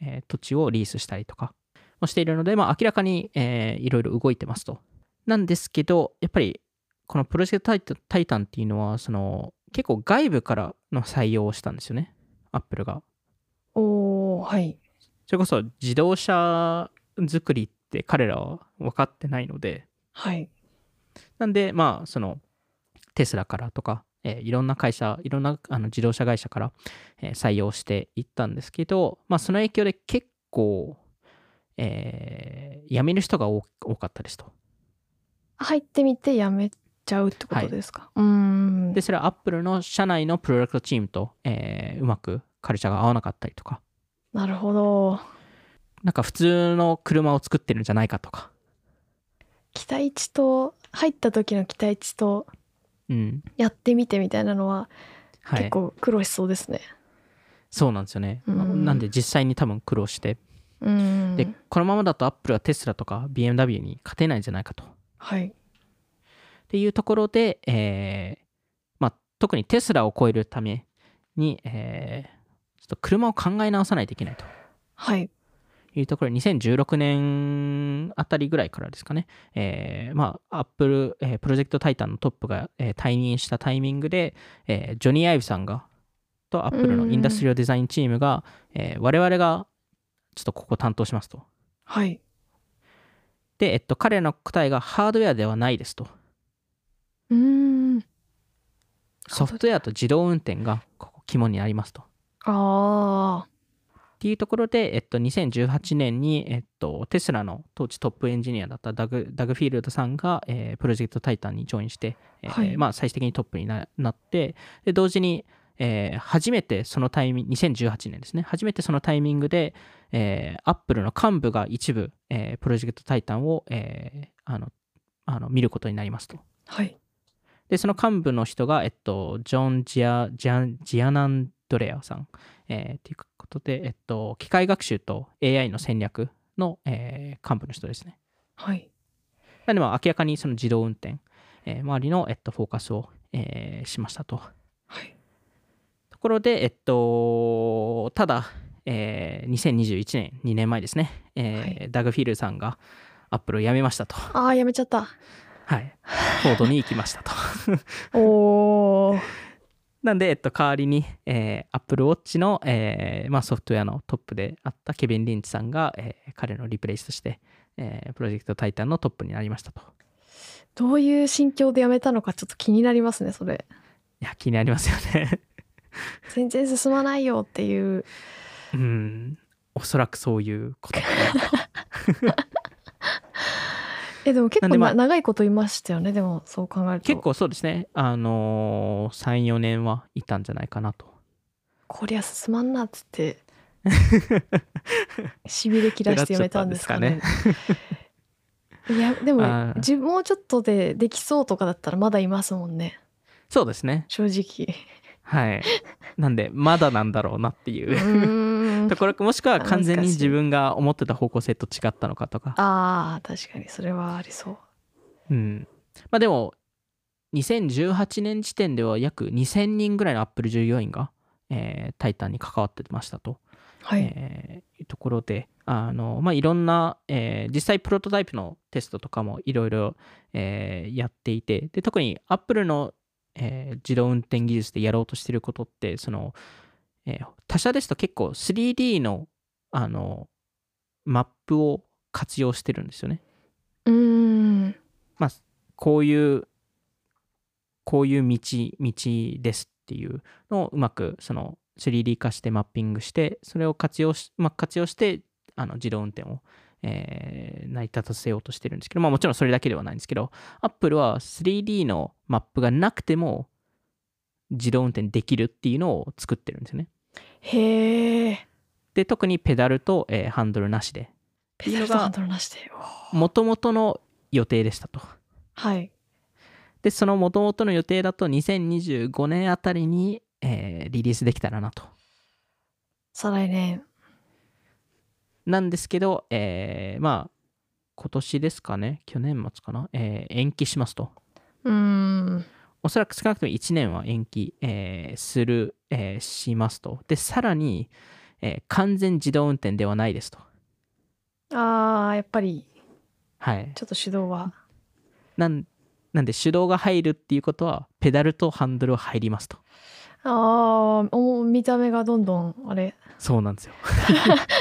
えー土地をリースしたりとかもしているので、まあ、明らかに、えーいろいろ動いてますと。なんですけど、やっぱり、このプロジェクトタイタタイタンっていうのは、その、結構外部からの採用をしたんですよね、アップルが。
おお。はい。
それこそ自動車作りって彼らは分かってないので
はい。
なんでまあそのテスラからとか、えーいろんな会社いろんなあの自動車会社から、えー採用していったんですけど、まあ、その影響で結構、えー辞める人が多多かったですと。
入ってみてやめちゃうってことですか。うーん。
でそれはアップルの社内のプロダクトチームと、えーうまくカルチャーが合わなかったりとか
なるほど。
なんか普通の車を作ってるんじゃないかとか、
期待値と入った時の期待値と
うん
やってみてみたいなのは
は
結
い、
構苦労しそうですね。
そうなんですよね、
うん
なんで実際に多分苦労して
うん
でこのままだとアップルはテスラとか BMW に勝てないんじゃないかとっ
はい
ていうところで、えーまあ、特にテスラを超えるために、えーちょっと車を考え直さないといけないと
はい
いうところで2016年あたりぐらいからですかね、えーまあ、アップル、えープロジェクトタイタンのトップが、えー退任したタイミングで、えージョニー・アイブさんがとアップルのインダストリアルデザインチームが、えー我々がちょっとここ担当しますと。
はい
で、えっと、彼らの答えがハードウェアではないですと。
うん
ソフトウェアと自動運転がここ肝になりますと。
ああ
っていうところで、えっと、2018年に、えっと、テスラの当時トップエンジニアだったダグダグフィールドさんが、えープロジェクトタイタンにジョインして、えー
はい
まあ、最終的にトップにななってで同時に、えー初めてそのタイミング2018年ですね初めてそのタイミングで、えー、アップルの幹部が一部、えープロジェクトタイタンを、えーあのあの見ることになりますと。
はい
で、その幹部の人が、えっと、ジョン・ジア、ジャン、ジアナンドレアさん、えー、ということで、えっと、機械学習と AI の戦略の、えー幹部の人ですね。
はい
なので、まあ、明らかにその自動運転、えー周りの、えっと、フォーカスを、えーしましたと。
はい
ところで、えっと、ただ、えー2021年、2年前ですね、えー
は
ダグ・フィールさんが、アップルを辞めましたと。
ああやめちゃった
はい。フォードに行きましたと。
お [laughs] お
なんで、えっと、代わりに、えー、Apple Watch の、えーまあ、ソフトウェアのトップであったケビン・リンチさんが、えー彼のリプレイスとして、えープロジェクトタイタンのトップになりましたと。
どういう心境でやめたのかちょっと気になりますねそれ
いや、気になりますよね。 [laughs]
全然進まないよっていう
うん。おそらくそういうことかなと。
えでも結
なんで
構
まあ
な長いこといましたよねでもそう考えると
結構そうですね。あのー、3、4年はいたんじゃないかなと。
こりゃ進まんなっつ
[laughs]
ってしびれ切らしてやめたんですかね。 [laughs] いやで
あ
も
ー
じもうちょっとでできそうとかだったらまだいますもんね
そうですね。
正直。
はい。なんで、まだなんだろうなって [laughs] いうう。
ーん
[laughs] ところもしくは完全に
難しい
自分が思ってた方向性と違ったのかとか
ああ確かにそれはありそう。
うん、まあでも2018年時点では約2000人ぐらいのアップル従業員が、えータイタンに関わってましたと、
はい、
えーいうところであの、まあ、いろんな、えー実際プロトタイプのテストとかもいろいろ、えーやっていてで特にアップルの、えー自動運転技術でやろうとしてることってその、えー他社ですと結構 3D のあのマップを活用してるんですよね。
うーん
まあ、こういうこういう道道ですっていうのをうまくその 3D 化してマッピングしてそれを活用し,、まあ、活用してあの自動運転を、えー成り立たせようとしてるんですけど、まあ、もちろんそれだけではないんですけど Apple は 3D のマップがなくても自動運転できるっていうのを作ってるんですよね。
へえ
で特にペダルと、えーハンドルなしで
ペダルとハンドルなしで。おー
もともとの予定でしたと。
はい
で、その元々の予定だと2025年あたりに、えーリリースできたらなと。
再来年。
なんですけど、えーまあ、今年ですかね、去年末かな、えー延期しますと。
うーん
おそらく少なくとも1年は延期、えーする、えーしますと。で、さらに、えー完全自動運転ではないですと。
あーやっぱり
はい。
ちょっと手動は。
なんなんで、手動が入るっていうことは、ペダルとハンドルは入りますと。
ああ見た目がどんどんあれ
そうなんですよ。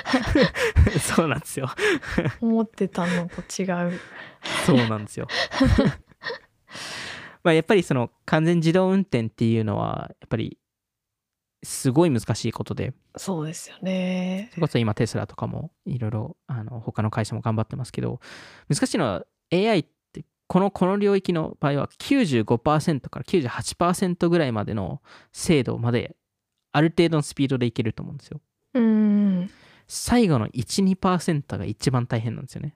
[laughs] そうなんですよ。
思ってたのと違う。 [laughs]
そうなんですよ。 [laughs] まあやっぱりその完全自動運転っていうのはやっぱりすごい難しいことで
そうですよね
そ。れこそ今テスラとかもいろいろあの他の会社も頑張ってますけど難しいのは AI ってこのこの領域の場合は95%から98%ぐらいまでの精度まである程度のスピードでいけると思うんですよ。
うーん。
最後の1,2%が一番大変なんですよね。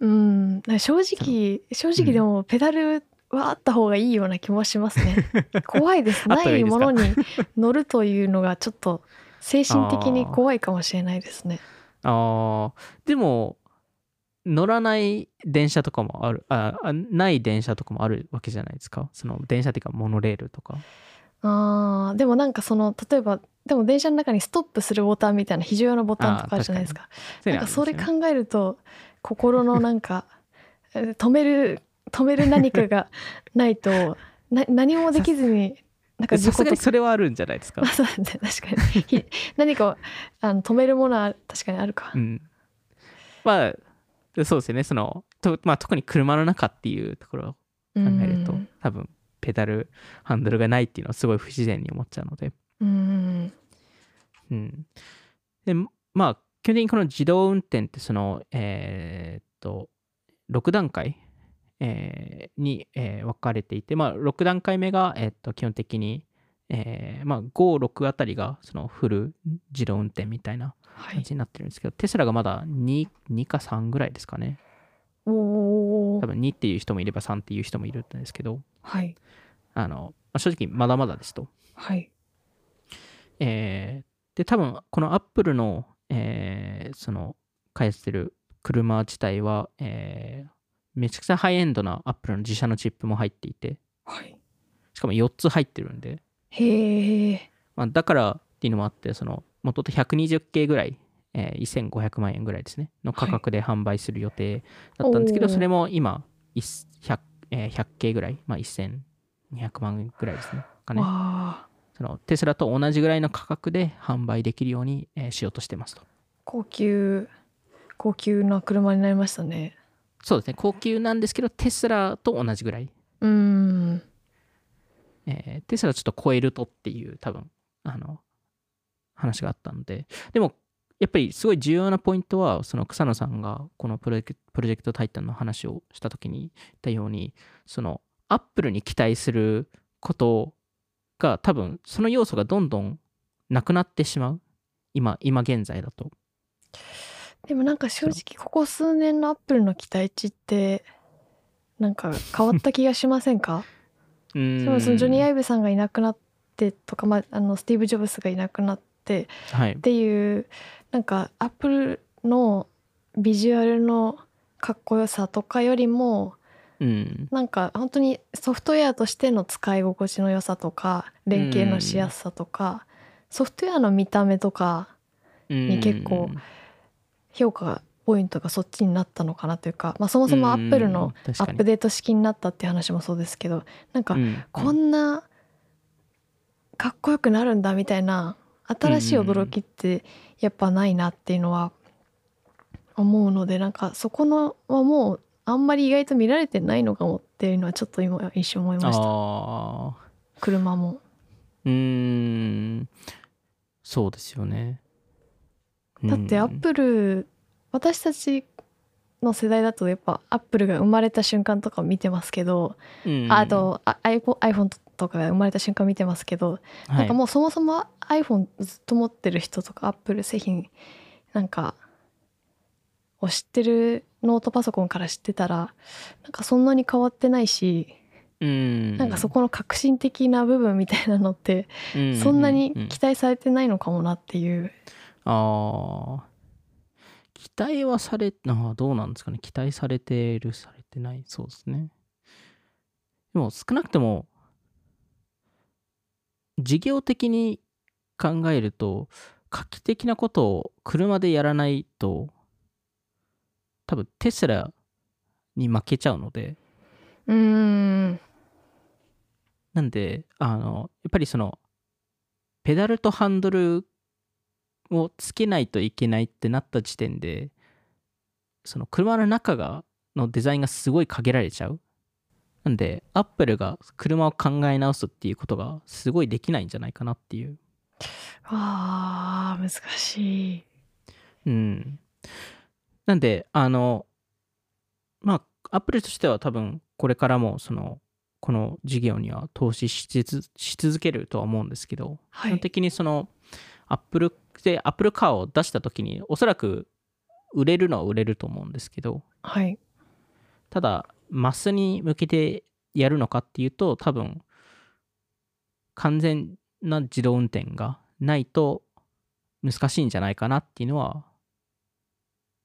うん、正直正直でもペダルはあった方がいいような気もし
[laughs]
ますね。怖いです。
あった
な
方がいい
い
です
もの
か [laughs]
に乗るというのがちょっと精神的に怖いかもしれないですね。
あーでも乗らない電車とかもあるああない電車とかもあるわけじゃないですかその電車っていうかモノレールとか
あーでもなんかその例えばでも電車の中にストップするボタンみたいな非常用のボタンとかあるじゃないですか。
そうい
な
うんのあ
か
り
それ
ますよね
考えると心のなんか [laughs] えー止める止める何かがないとな何もできずになんか
さ
自
す
己
がにそれはあるんじゃないです
[laughs]
か
まあ、そうですね確かにひ何かをあの止めるものは確かにあるか、
うんまあそうですよねそのと、まあ、特に車の中っていうところを考えると
うん
多分ペダルハンドルがないっていうのはすごい不自然に思っちゃうので
うん
うん。で、まあ、基本的にこの自動運転って、その、えーっと、6段階、えーに、えー分かれていて、まあ、6段階目が、えーっと、基本的に、えーまあ、5、6あたりが、その、フル自動運転みたいな
は
感
い
じになってるんですけど、テスラがまだ2、2か3ぐらいですかね。
おお
多分2っていう人もいれば3っていう人もいるんですけど、
はい
あの、まあ正直、まだまだですと。
はい
えーで多分このアップルの、えーその開発してる車自体は、えーめちゃくちゃハイエンドなアップルの自社のチップも入っていて
はい
しかも4つ入ってるんで、
へえ
まあ、だからっていうのもあってその元々120系ぐらい、えー1500万円ぐらいですねの価格で販売する予定だったんですけど、
おー
それも今 100, えー100系ぐらい、まあ、1200万円ぐらいですねかね
わあ
そのテスラと同じぐらいの価格で販売できるように、えーしようとしてますと。
高級高級な車になりましたね
そうですね高級なんですけどテスラと同じぐらい、
うん
えーテスラちょっと超えるとっていう多分あの話があったのででもやっぱりすごい重要なポイントはその草野さんがこのプロジェクトプロジェクトタイタンの話をした時に言ったようにそのアップルに期待することが多分その要素がどんどんなくなってしまう今今現在だと
でもなんか正直ここ数年のアップルの期待値ってなんか変わった気がしませんか
[laughs] うーん
そうそのジョニー・アイブさんがいなくなってとか、まあ、あのスティーブ・ジョブズがいなくなって
はい
っ、ていうなんかアップルのビジュアルのかっこよさとかよりも
うん、
なんか本当にソフトウェアとしての使い心地の良さとか連携のしやすさとか、ソフトウェアの見た目とか
に
結構評価ポイントがそっちになったのかなというか、まあ、そもそもアップルのアップ
デ
デート式になったっていう話もそうですけどなんか
ー
こんなかっこよくなるんだみたいな新しい驚きってやっぱないなっていうのは思うのでなんかそこのはもうあんまり意外と見られてないのかもっていうのはちょっと今一瞬思いました
ああ
車も
うーんそうですよね
だってアップル私たちの世代だとやっぱアップルが生まれた瞬間とか見てますけど、
ル、うん
あとあ iPhone, iPhone とかが生まれた瞬間見てますけどなんかもうそもそも iPhone ずっと持ってる人とか Apple 製品なんかを知ってるノートパソコンから知ってたらなんかそんなに変わってないし、
はいうん
なんかそこの革新的な部分みたいなのって
ううう
そんなに
う
期待されてないのかもなっていう、
ああ期待はされあーどうなんですかね期待されてるされてないそうですねでも少なくとも事業的に考えると画期的なことを車でやらないと多分テスラに負けちゃうので
うーん
なんであのやっぱりそのペダルとハンドルをつけないといけないってなった時点でその車の中がのデザインがすごい限られちゃうなんでアップルが車を考え直すっていうことがすごいできないんじゃないかなっていう
あー難しい
うん。なんで、あの、まあ、アップルとしては多分、これからも、その、この事業には投資しつし続けるとは思うんですけど、
はい
基本的にその、アップルで Apple Car を出した時におそらく売れるのは売れると思うんですけど
はい。
ただマスに向けてやるのかっていうと多分完全な自動運転がないと難しいんじゃないかなっていうのは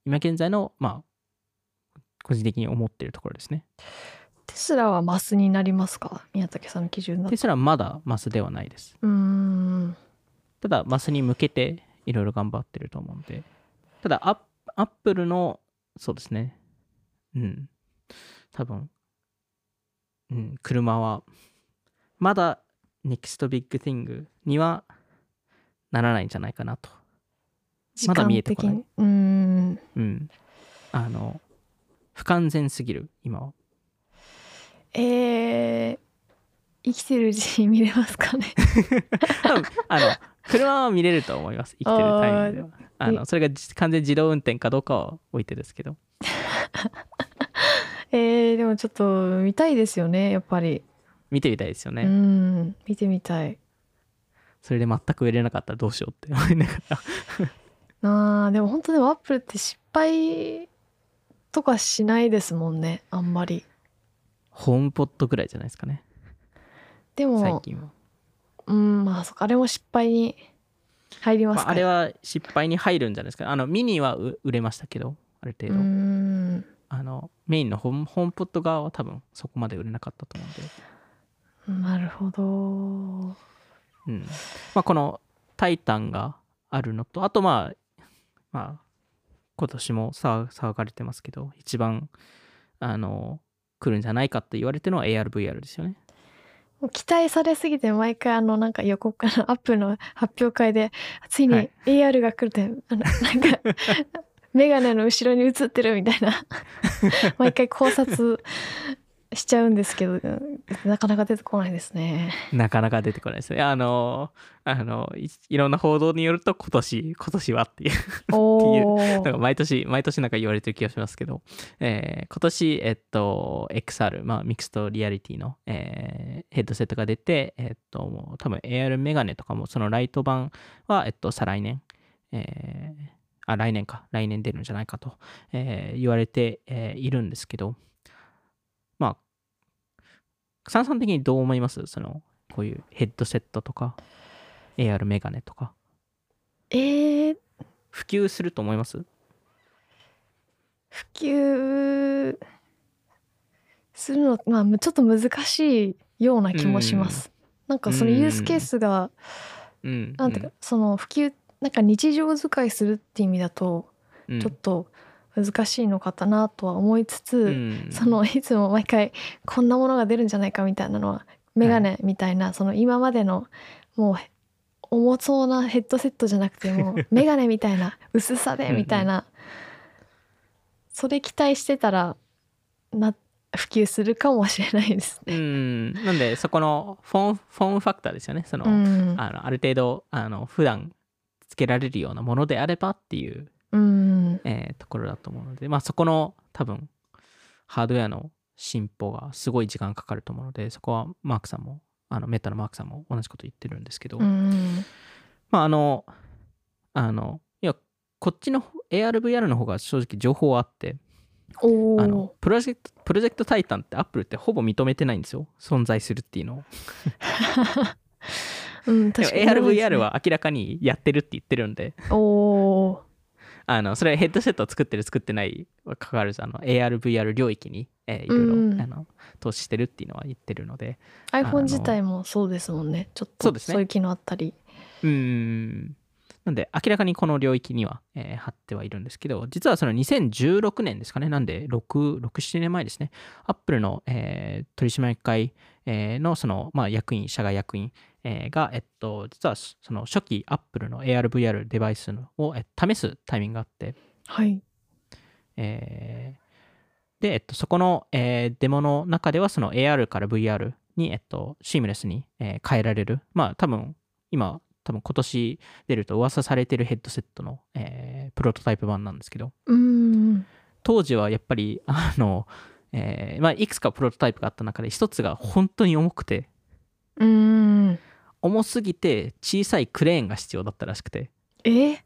今現在のまあ個人的に思ってるところですね。
テスラはマスになりますか宮崎さんの基準だと
テ。スラはまだマスではないです。
うーん。
ただマスに向けていろいろ頑張ってると思うんでただアッアップルのそうですねうん多分うん車はまだネクストビッグティングにはならないんじゃないかなと
時
まだ
間
見えて
的
こない
に。うーん。
うんあの不完全すぎる今は
えー、生きてるうちに見れますかね。 [laughs]
多分あの車は見れると思います生きてるタイムでは
あー
あのそれが完全自動運転かどうかは置いてですけど
えー、でもちょっと見たいですよね、やっぱり。
見てみたいですよね、
うん。見てみたい。
それで全く売れなかったらどうしようって思 [laughs] いながら
あーでも本当でもアップルって失敗とかしないですもんね、あんまり。
ホームポットぐらいじゃないですかね
で
最
も、
近は、
うん、まあ、そっか、あれも失敗に入りま
ますあ、
か
あ
ね
れは失敗に入るんじゃないですかあのミニはう売れましたけどある程
うー
度、
ん
あのメインのホームホームポット側は多分そこまで売れなかったと思うんで、
なるほど
うんまあ、このタイタンがあるのとあとまあまあ今年も騒騒がれてますけど一番あの来るんじゃないかって言われてるのは ARVR ですよね
もう期待されすぎて毎回あのなんか予告からアップルの発表会でつい
は
に
い
AR が来るって、あの
[laughs]
なんかメガネの後ろに映ってるみたいな毎回考察しちゃうんですけどなかなか出てこないですね
なかなか出てこないですね。あの、あのい、いろんな報道によると、今年、今年は [laughs] っていう、
おお
[laughs] なんか毎年、毎年なんか言われてる気がしますけど、えー今年、えっと、XR、まあ、ミクストリアリティの、えーヘッドセットが出て、えっと、もう多分 AR メガネとかも、そのライト版は、えっと、再来年、えーあ、来年か、来年出るんじゃないかと、えー言われて、えーいるんですけど、まあ、さんさん的にどう思いますその、こういうヘッドセットとか、AR メガネとか、
えー、
普及すると思います
普及するのまあちょっと難しいような気もします、なんかそのユースケースが、
うん。
なんていうか、その普及なんか日常使いするって意味だと
うん、
ちょっと難しいのかなとは思いつつ、
うん
そのいつも毎回こんなものが出るんじゃないかみたいなのはメガネみたいな、その今までのもう重そうなヘッドセットじゃなくても
[laughs]
うメガネみたいな薄さでみたいなそれ期待してたらな普及するかもしれないです
う
ね。
ん、なんでそこのフォンフォームファクターですよねその、
うん
あのある程度あの普段つけられるようなものであればっていう、
うん
えーところだと思うので、まあ、そこの多分ハードウェアの進歩がすごい時間かかると思うのでそこはマークさんもあのメタのマークさんも同じこと言ってるんですけど、
うん
まああのあのいやこっちの ARVR の方が正直情報はあって
お
あ
ー
のプロジェクトプロジェクトタイタンってアップルってほぼ認めてないんですよ存在するっていうのを
うん、
で
確
も
かに
ARVR は明らかにやってるって言ってるんで、 [laughs]
おお
あのそれはヘッドセットを作ってる作ってないは関わらず、あの ARVR 領域に、えーいろいろ、
うん
あの投資してるっていうのは言ってるので、あの
iPhone 自体もそうですもんねちょっ
そ
と
うですね
そういう機能あったり
うーん。なんで、明らかにこの領域には、えー張ってはいるんですけど、実はその2016年ですかね、なんで、6、6 7年前ですね、アップルの、えー取締役会、えーのその、まあ、役員、社外役員、えーが、えっと、実はその初期アップルの ARVR デバイスのを、えー試すタイミングがあって、
はい
えーで、えっと、そこの、えーデモの中では、その AR から VR に、えっと、シームレスに、えー変えられる。まあ、多分、今、多分今年出ると噂されてるヘッドセットの、えープロトタイプ版なんですけど、
うーん
当時はやっぱり、 [laughs] あの、えーまあ、いくつかプロトタイプがあった中で、一つが本当に重くて、
うーん
重すぎて小さいクレーンが必要だったらしくて、
えー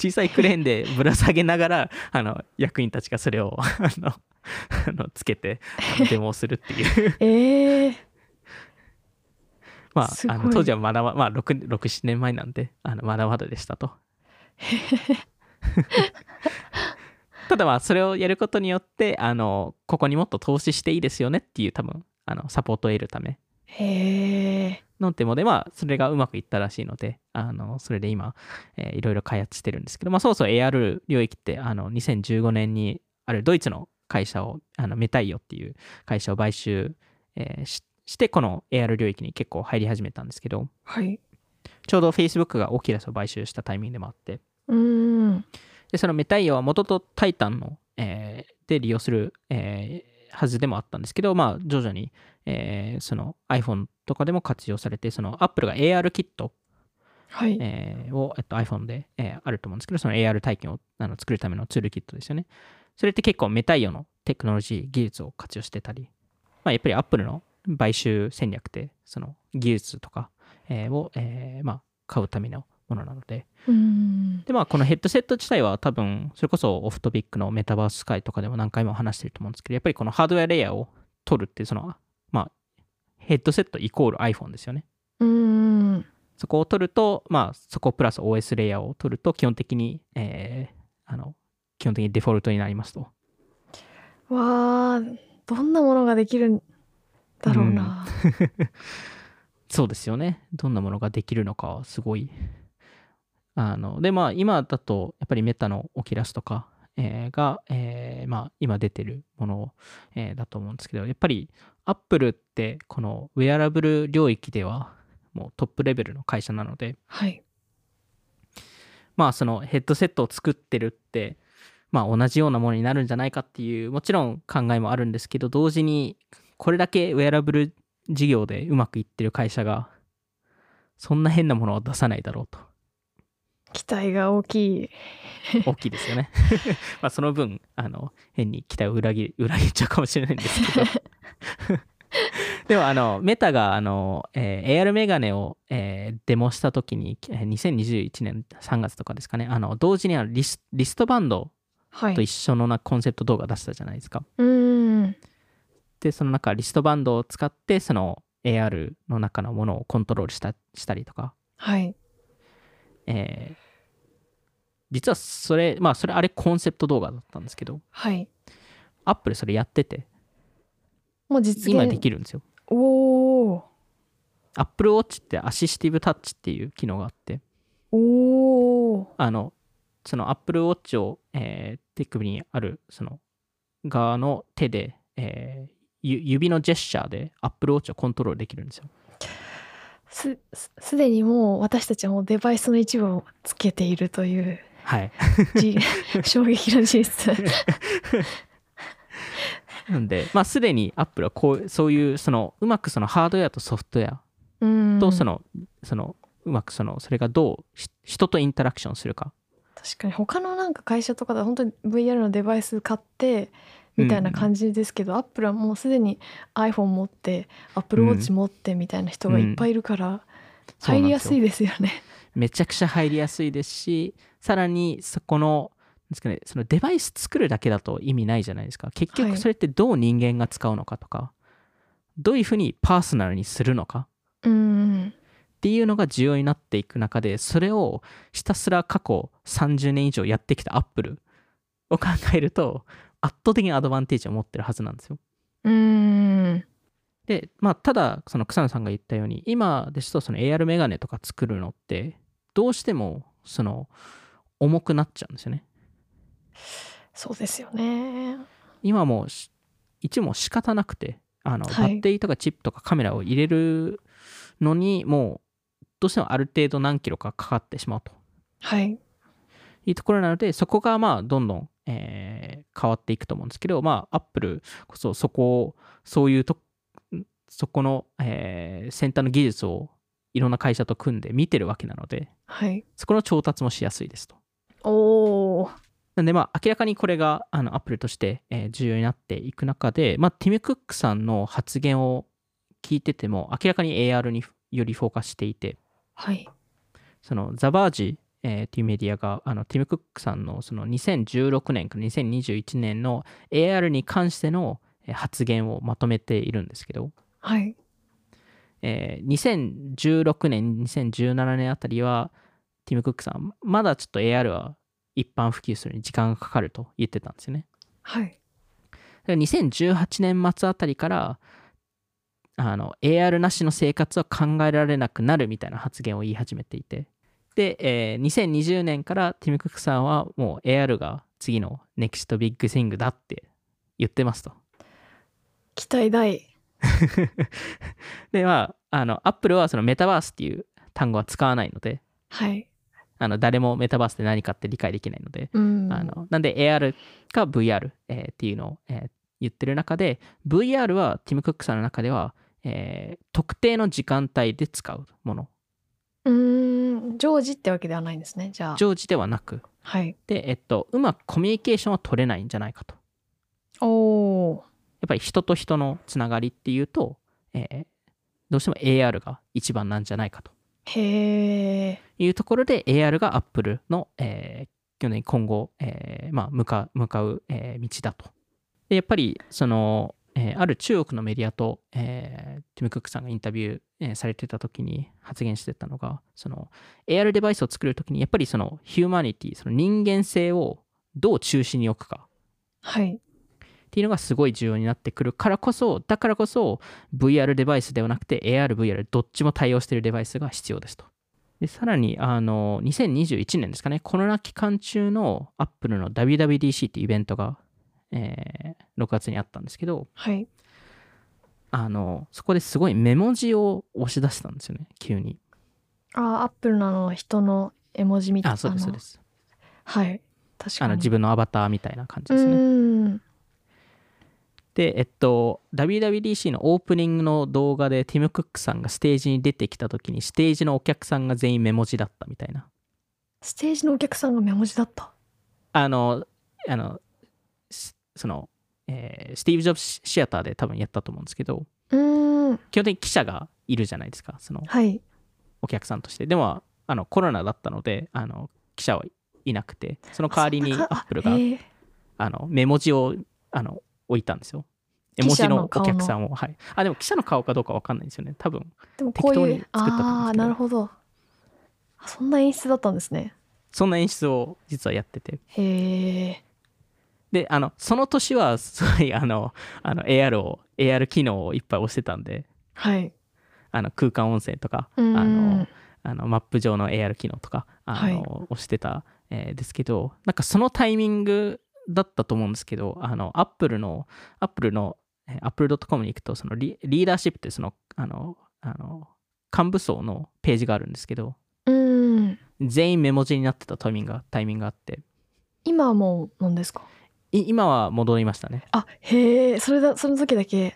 小さいクレーンでぶら下げながら [laughs] あの役員たちがそれを [laughs] あのあのつけて
[laughs]
あのデモをするっていう
え
[laughs]
ー
まあ
すごい
あの当時はまだままあ、67年前なんであのまだまだでし
[laughs]
たと。ただまあそれをやることによってあのここにもっと投資していいですよねっていう多分あのサポートを得るため
へえ
のデモでまあそれがうまくいったらしいのであのそれで今、えーいろいろ開発してるんですけどまあそうそう AR 領域ってあの2015年にあるドイツの会社をあのメタイオっていう会社を買収、えーししてこの AR 領域に結構入り始めたんですけど
はい
ちょうど Facebook がオキュラスを買収したタイミングでもあって
うーん
でそのメタイオは元とタイタンの、えーで利用する、えーはずでもあったんですけど、まあ、徐々に、えーその iPhone とかでも活用されてその Apple が AR キット、
はい、
えーを、えっと、iPhone で、えーあると思うんですけどその AR 体験をあの作るためのツールキットですよねそれって結構メタイオのテクノロジー技術を活用してたり、まあ、やっぱり Apple の買収戦略ってその技術とか、えーを、えーまあ、買うためのものなので
うーん
でまあこのヘッドセット自体は多分それこそオフトピックのメタバース界とかでも何回も話してると思うんですけどやっぱりこのハードウェアレイヤーを取るってそのまあヘッドセットイコール iPhone ですよね
うーん
そこを取るとまあそこプラス OS レイヤーを取ると基本的に、えーあの基本的にデフォルトになりますと
わあどんなものができるんだろうな、
そうですよねどんなものができるのかすごいあのでまあ今だとやっぱりメタのオキュラスとか、えーが、えーまあ、今出てるもの、えーだと思うんですけどやっぱりアップルってこのウェアラブル領域ではもうトップレベルの会社なので
はい
まあそのヘッドセットを作ってるってまあ同じようなものになるんじゃないかっていうもちろん考えもあるんですけど同時にこれだけウェアラブル事業でうまくいってる会社がそんな変なものは出さないだろうと
期待が大きい
大きいですよね。 [laughs] まあその分あの変に期待を裏切裏切っちゃうかもしれないんですけど [laughs] でもあのメタがあの、えー AR メガネを、えーデモした時にえー2021年3月とかですかねあの同時にあのリスリストバンド
はい
と一緒のなコンセプト動画出したじゃないですか。
うーん
でその中リストバンドを使ってその AR の中のものをコントロールしたしたりとか
はい
えー実はそれまあそれあれコンセプト動画だったんですけど
はい
アップルそれやってて
もう実現
今できるんですよ
おお
アップルウォッチってアシスティブタッチっていう機能があって
おお
あのそのアップルウォッチを、えー手首にあるその側の手で、えーゆ指のジェスチャーでアップルウォッチをコントロールできるんですよ
すすすでにもう私たちはもうデバイスの一部をつけているという
はい [laughs]
じ衝撃の事実
なんでまあすでにアップルはこうそういうそのうまくそのハードウェアとソフトウェア
うん
とその、そのうまくそのそれがどうし人とインタラクションするか
確かに他のなんか会社とかでは本当に VR のデバイス買ってみたいな感じですけど、アップルはもうすでに iPhone 持って AppleWatch 持ってみたいな人がいっぱいいるから、
そう
入
なん
り
で
や
すよ
すいですよね。
めちゃくちゃ入りやすいですしさらにそこのなんですか、ね、そのデバイス作るだけだと意味ないじゃないですか結
は
局
い
それってどう人間が使うのかとか、どういうふうにパーソナルにするのか
うん
っていうのが重要になっていく中でそれをひたすら過去30年以上やってきたアップルを考えると圧倒的にアドバンテージを持ってるはずなんですよ。
うん
で、まあ、ただ、その草野さんが言ったように、今ですと、その AR メガネとか作るのって、どうしても、その、重くなっちゃうんですよね。
そうですよね。
今もうし、一も仕方なくて、あの、
はい
バッテリーとかチップとかカメラを入れるのに、もう、どうしてもある程度何キロかかかってしまうと
はい。
いうところなので、そこが、まあ、どんどん、えー変わっていくと思うんですけど、まあ、Apple こそ、そこを、そういうと、そこの、えー先端の技術をいろんな会社と組んで見てるわけなので、
はい。
そこの調達もしやすいですと。
おお。
なんでまあ明らかにこれがあのアップルとして、えー重要になっていく中で、まあ、ティム・クックさんの発言を聞いてても明らかに AR によりフォーカスしていて
はい。
そのザバージ、えーっていうメディアがあのティム・クックさんのその2016年から2021年の AR に関してのえー発言をまとめているんですけど、
はい。
えー2016年2017年あたりはティム・クックさんまだちょっと AR は一般普及するに時間がかかると言ってたんですよね。
はい。
だから2018年末あたりからあの AR なしの生活は考えられなくなるみたいな発言を言い始めていてで、えー2020年からティム・クックさんはもう AR が次のネクストビッグシングだって言ってますと。 [laughs]
期待大。
でまああのアップルはそのメタバースっていう単語は使わないので
はい。
あの誰もメタバースって何かって理解できないので、
うん。
あのなんで AR か VR、えーっていうのを、えー言ってる中で VR はティム・クックさんの中では、えー特定の時間帯で使うもの
うーん。常時ってわけではないんですね。じゃあ。
常時ではなく
はい。
で、えっと、うまくコミュニケーションは取れないんじゃないかと
おお
やっぱり人と人のつながりっていうと、えーどうしても AR が一番なんじゃないかと
ー。へえ。
いうところで AR が Apple の、えー去年今後、えーまあ、向か向かう、えー道だと。でやっぱりその、えーある中国のメディアと、えーティム・クックさんがインタビュー、えーされてた時に発言してたのがその AR デバイスを作る時にやっぱりそのヒューマニティその人間性をどう中心に置くか
はい。
っていうのがすごい重要になってくるからこそだからこそ VR デバイスではなくて ARVR どっちも対応しているデバイスが必要ですと。でさらにあの2021年ですかねコロナ期間中の Apple の WWDC っていうイベントが、えー6月にあったんですけど
はい。
あのそこですごいメモ字を押し出したんですよね急に。
あー、アップルのあの人の絵文字みたいな。。
あそうですそうですす。
はい。確か
あ
に。
の自
分
分のアバターみたいな感じですね。
ね。
で、えっと、WWDC のオープニングの動画でティム・クックさんがステージに出てきた時にステージのお客さんが全員メモ字だったみたいな
ステージのお客さんがメモ字だった。
あのあのしその、えースティーブ・ジョブズシアターで多分やったと思うんですけど
うーん。
基本的に記者がいるじゃないですかその
はい。
お客さんとしてでもあのコロナだったのであの記者はいなくてその代わりに
そ
ア
んなか
ップルが
あへー
あのメモ字をあの置いたんですよ絵文字
記者
の
の
お
顔の
客さんをはいあでも記者の顔かどうか分かんないんですよね多分
でもこういう
適当に作ったと思うんです
ああ
け
ー
ど
なるほどあそんな演出だったんですね
そんな演出を実はやってて。
へえ
で、あの、その年は、 [laughs] すごい、あの、あの AR を、AR 機能をいっぱい押してたんで、
はい
あの空間音声とか、あ
うーん
の、あのマップ上の AR 機能とか、あの、押してた、えーですけど、なんかそのタイミングだったと思うんですけど、あの、Apple の、Apple の、えー Apple.com に行くと、そのリリーダーシップって、その、あの、あの、幹部層のページがあるんですけど、
うーん
全員メモ字になってたタイミングが、タイミングがあって、
今はもうなんですか
い今は戻りましたね。
あへえそれだその時だけ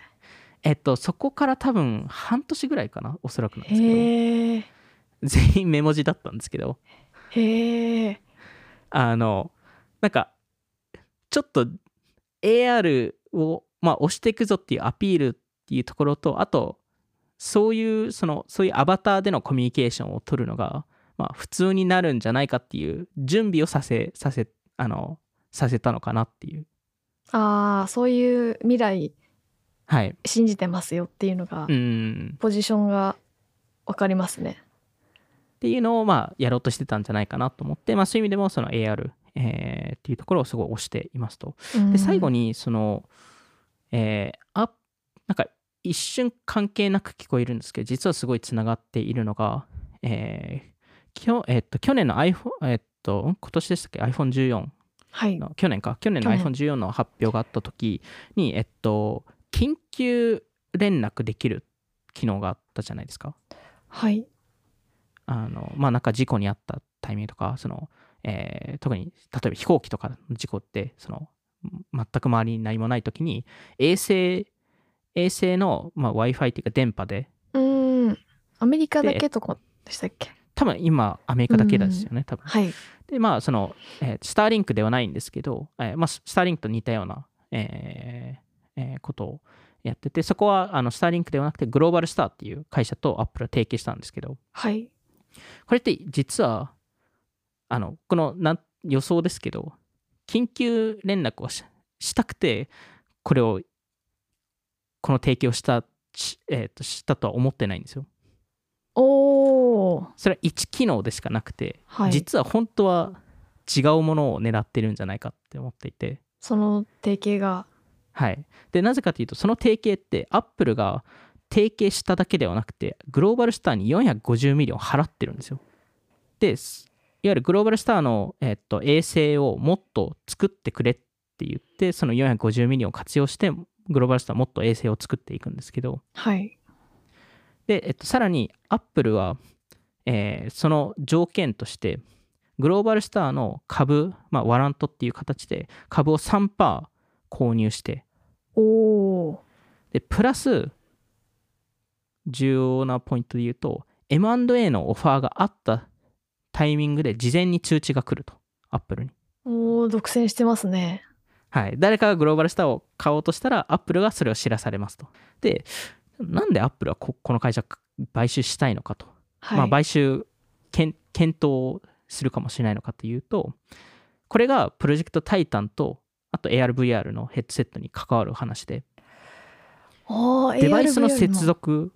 えっと、そこから多分半年ぐらいかな、おそらくなんですけど、
へえ
全員メモ字だったんですけど、
へえ
あの、なんか、ちょっと AR を、まあ、押していくぞっていうアピールっていうところと、あと、そういう、その、そういうアバターでのコミュニケーションを取るのが、まあ、普通になるんじゃないかっていう準備をさせ、させ、あの、させたのかなっていう。
ああそういう未来
はい。
信じてますよっていうのが、
うん。
ポジションがわかりますね
っていうのをまあやろうとしてたんじゃないかなと思って、まあ、そういう意味でもその AR、えーっていうところをすごい推していますと。で最後
に
にその、えーあなんか一瞬関係なく聞こえるんですけど実はすごいつながっているのが、えーきょえっと去年の iPhone、えっとん今年でしたっけ iPhone14
はい
の去年か去年の
去年
iPhone14 の発表があった時に、えっと、緊急連絡できる機能があったじゃないですか。
はい
あのまあなんか事故に遭ったタイミングとかその、えー特に例えば飛行機とかの事故ってその全く周りに何もない時に衛星衛星の、まあ、w i f i っていうか電波で
うーんアメリカだけとかでしたっけ
多分今アメリカだけですよね、多分
はい
でまあその、えースターリンクではないんですけど、えーまあ、ススターリンクと似たような、えーえーことをやっててそこはあのスターリンクではなくてグローバルスターっていう会社とアップルは提携したんですけど
はい
これって実は、あの、このなん予想ですけど、緊急連絡をししたくて、これを、この提供した、しえーとしたとは思ってないんですよ。
おお
それは1機能でしかなくて、
はい
実は本当は違うものを狙ってるんじゃないかって思っていて。
その提携が
はい、でなぜかというとその提携ってアップルが提携しただけではなくてグローバルスターに450ミリを払ってるんですよ。ですいわゆるグローバルスターの、えっと、衛星をもっと作ってくれって言ってその450ミリを活用してグローバルスターはもっと衛星を作っていくんですけど
はい
で、えっと、さらにアップルは、えーその条件としてグローバルスターの株、まあ、ワラントっていう形で株を3%購入して
おお
でプラス重要なポイントで言うと M&A のオファーがあったタイミングで事前に通知が来るとアップルに、
おー独占してますね
はい、誰かがグローバルスターを買おうとしたらアップルがそれを知らされますとでなんでアップルはここの会社買収したいのかと、
はい、
まあ、買収検検討するかもしれないのかというとこれがプロジェクトタイタンとあと ARVR のヘッドセットに関わる話で
おー
デバイス
ARVR
の
も
接続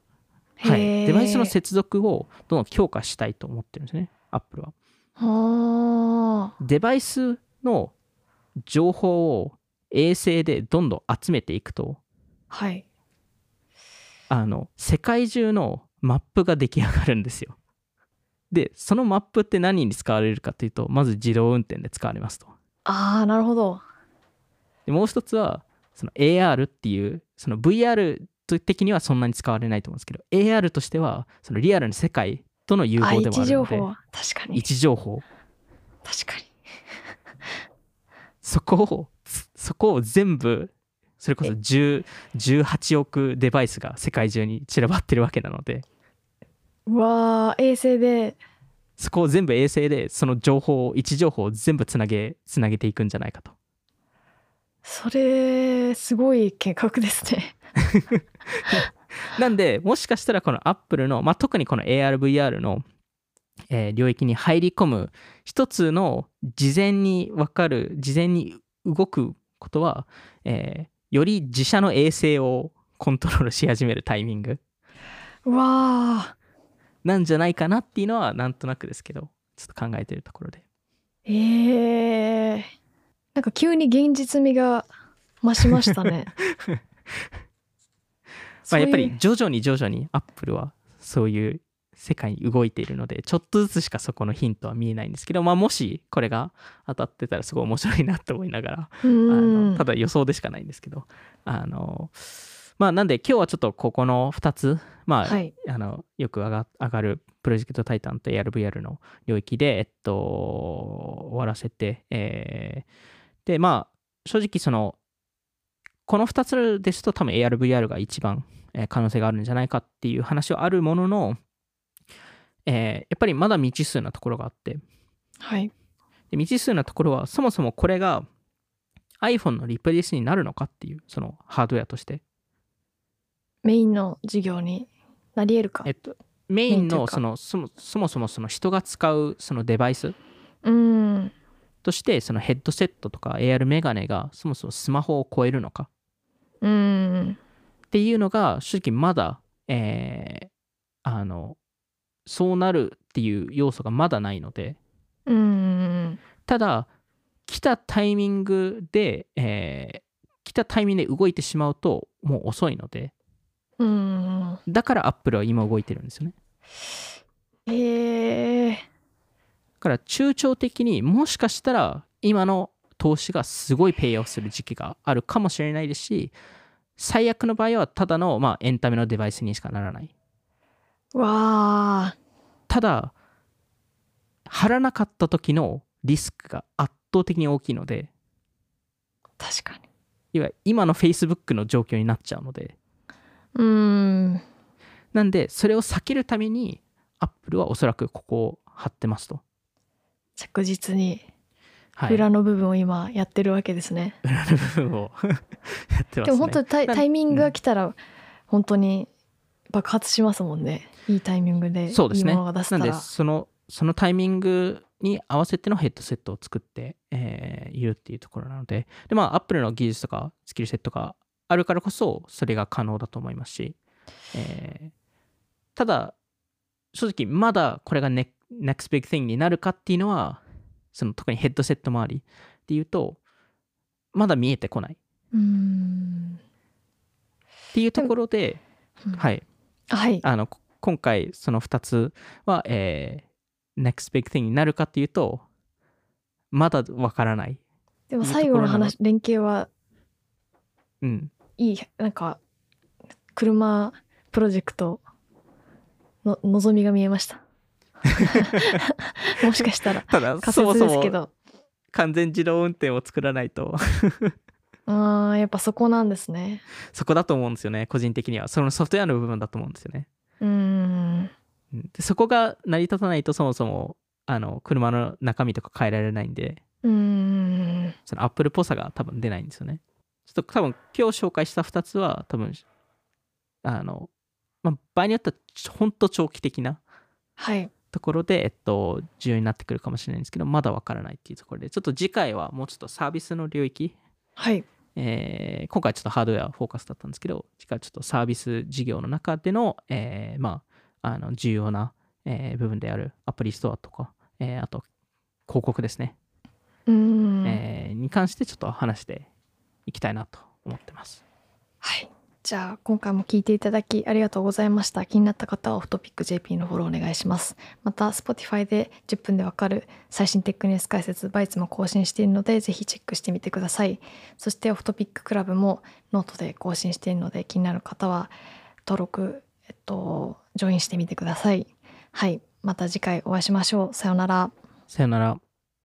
は
へ
い、
ー
デバイスの接続をどんどん強化したいと思ってるんですね、アップルは。
あ
デバイスの情報を衛星でどんどん集めていくと、
ーはい
あの世界中のマップが出来上がるんですよ。で、そのマップって何に使われるかというと、まず自動運転で使われますと。
ああなるほど
でもう一つは、その AR っていう、その VR 的にはそんなに使われないと思うんですけど、AR としては、そのリアルな世界との融
あ
合
位
でもあ
置
る
情
ので、
報確か
位
に
置情報。
確かに
そこをつそこを全部それこそ10 18億デバイスが世界中に散らばってるわけなので
うわー衛星で
そこを全部衛星でその情報を位置情報を全部つなげつなげていくんじゃないかと
それすごい計画ですね [laughs]
なんでもしかしたらこのアップルの、まあ、特にこの ARVR の、えー領域に入り込む一つの事前に分かる事前に動くことは、えーより自社の衛星をコントロールし始めるタイミング
うわ
なんじゃないかなっていうのはなんとなくですけどちょっと考えてるところで
ーえー、なんか急に現実味が増しました
[laughs]
ね
ま
そ
あ、
うい
や
う
っぱり徐々に徐々にアップルはそういう世界に動いているのでちょっとずつしかそこのヒントは見えないんですけど、まあ、もしこれが当たってたらすごい面白いなと思いながら
う
あの
ん
ただ予想でしかないんですけどあのまあなんで今日はちょっとここの2つまあ、
はい
あのよく上が上がるプロジェクトタイタンと ARVR の領域で、えっと、終わらせて、えーで、まあ、正直その、この2つですと多分 ARVR が一番、えー可能性があるんじゃないかっていう話はあるものの、えーやっぱりまだ未知数なところがあって、
はい
で未知数なところはそもそもこれが iPhone のリプレイスになるのかっていう、そのハードウェアとして。
メインの授業になり得るか
えっと、メ
メ
イン
インという
の
か
そのそもそもそもその人が使うそのデバイス
うん
としてそのヘッドセットとか AR メガネがそもそもスマホを超えるのか
うん
っていうのが正直まだ、えーあのそうなるっていう要素がまだないので
うん
ただ来たタイミングで、えー来たタイミングで動いてしまうともう遅いので
うん
だからアップルは今動いてるんですよね
えー、
だから中長的にもしかしたら今の投資がすごいペイオフする時期があるかもしれないですし最悪の場合はただの、まあ、エンタメのデバイスにしかならない
わあ
ただ貼らなかった時のリスクが圧倒的に大きいので
確かに
いわゆる今の Facebook の状況になっちゃうので
うん
なんでそれを避けるために Apple はおそらくここを貼ってますと、
着実に
はい、
裏の部分を今やってるわけですね、
裏 [laughs] の部分をやってますね
でも本当にタイ
なん
タイミングが来たら本当に爆発しますもんねいいタイミングでい
そうです
い
ね。
ものが出せた
なんで
ら
そのそのタイミングに合わせてのヘッドセットを作って、えーいるっていうところなのででまあアップルの技術とかスキルセットがあるからこそそれが可能だと思いますし、えーただ正直まだこれがネ next big thing になるかっていうのはその特にヘッドセット周りっていうとまだ見えてこない
うんうん
っていうところで、はいい、
はい
あのこ今回その2つは、えー、next big thing になるかっていうとまだわからない、
でも最後の話連携は
うん、
いいなんか車プロジェクトの望みが見えました
[laughs]
[laughs] もしかしたら
ただ
仮
そも
説
そ
です
も
けど
完全自動運転を作らないと [laughs]
あーやっぱそこなんですね
そこだと思うんですよね個人的にはそのソフトウェアの部分だと思うんですよね、
うーん
うんでそこが成り立たないとそもそもあの車の中身とか変えられないんで
うーん
そのアップルっぽさが多分出ないんですよね。ちょっと多分今日紹介した2つは多分あの、まあ、場合によっては本当長期的な
はい
ところで、えっと、重要になってくるかもしれないんですけどまだわからないっていうところでちょっと次回はもうちょっとサービスの領域、
はい
えー今回ちょっとハードウェアフォーカスだったんですけど次回ちょっとサービス事業の中での,、えーまあ、あの重要な、えー部分であるアプリストアとか、えーあと広告ですね
うーん、
えーに関してちょっと話していきたいなと思ってます。
はいじゃあ今回も聞いていただきありがとうございました気になった方はオフトピック JP のフォローお願いしますまた Spotify で10分でわかる最新テックニュース解説バイツも更新しているのでぜひチェックしてみてくださいそしてオフトピッククラブもノートで更新しているので気になる方は登録えっとジョインしてみてくださいはいまた次回お会いしましょうさようなら
さよなら。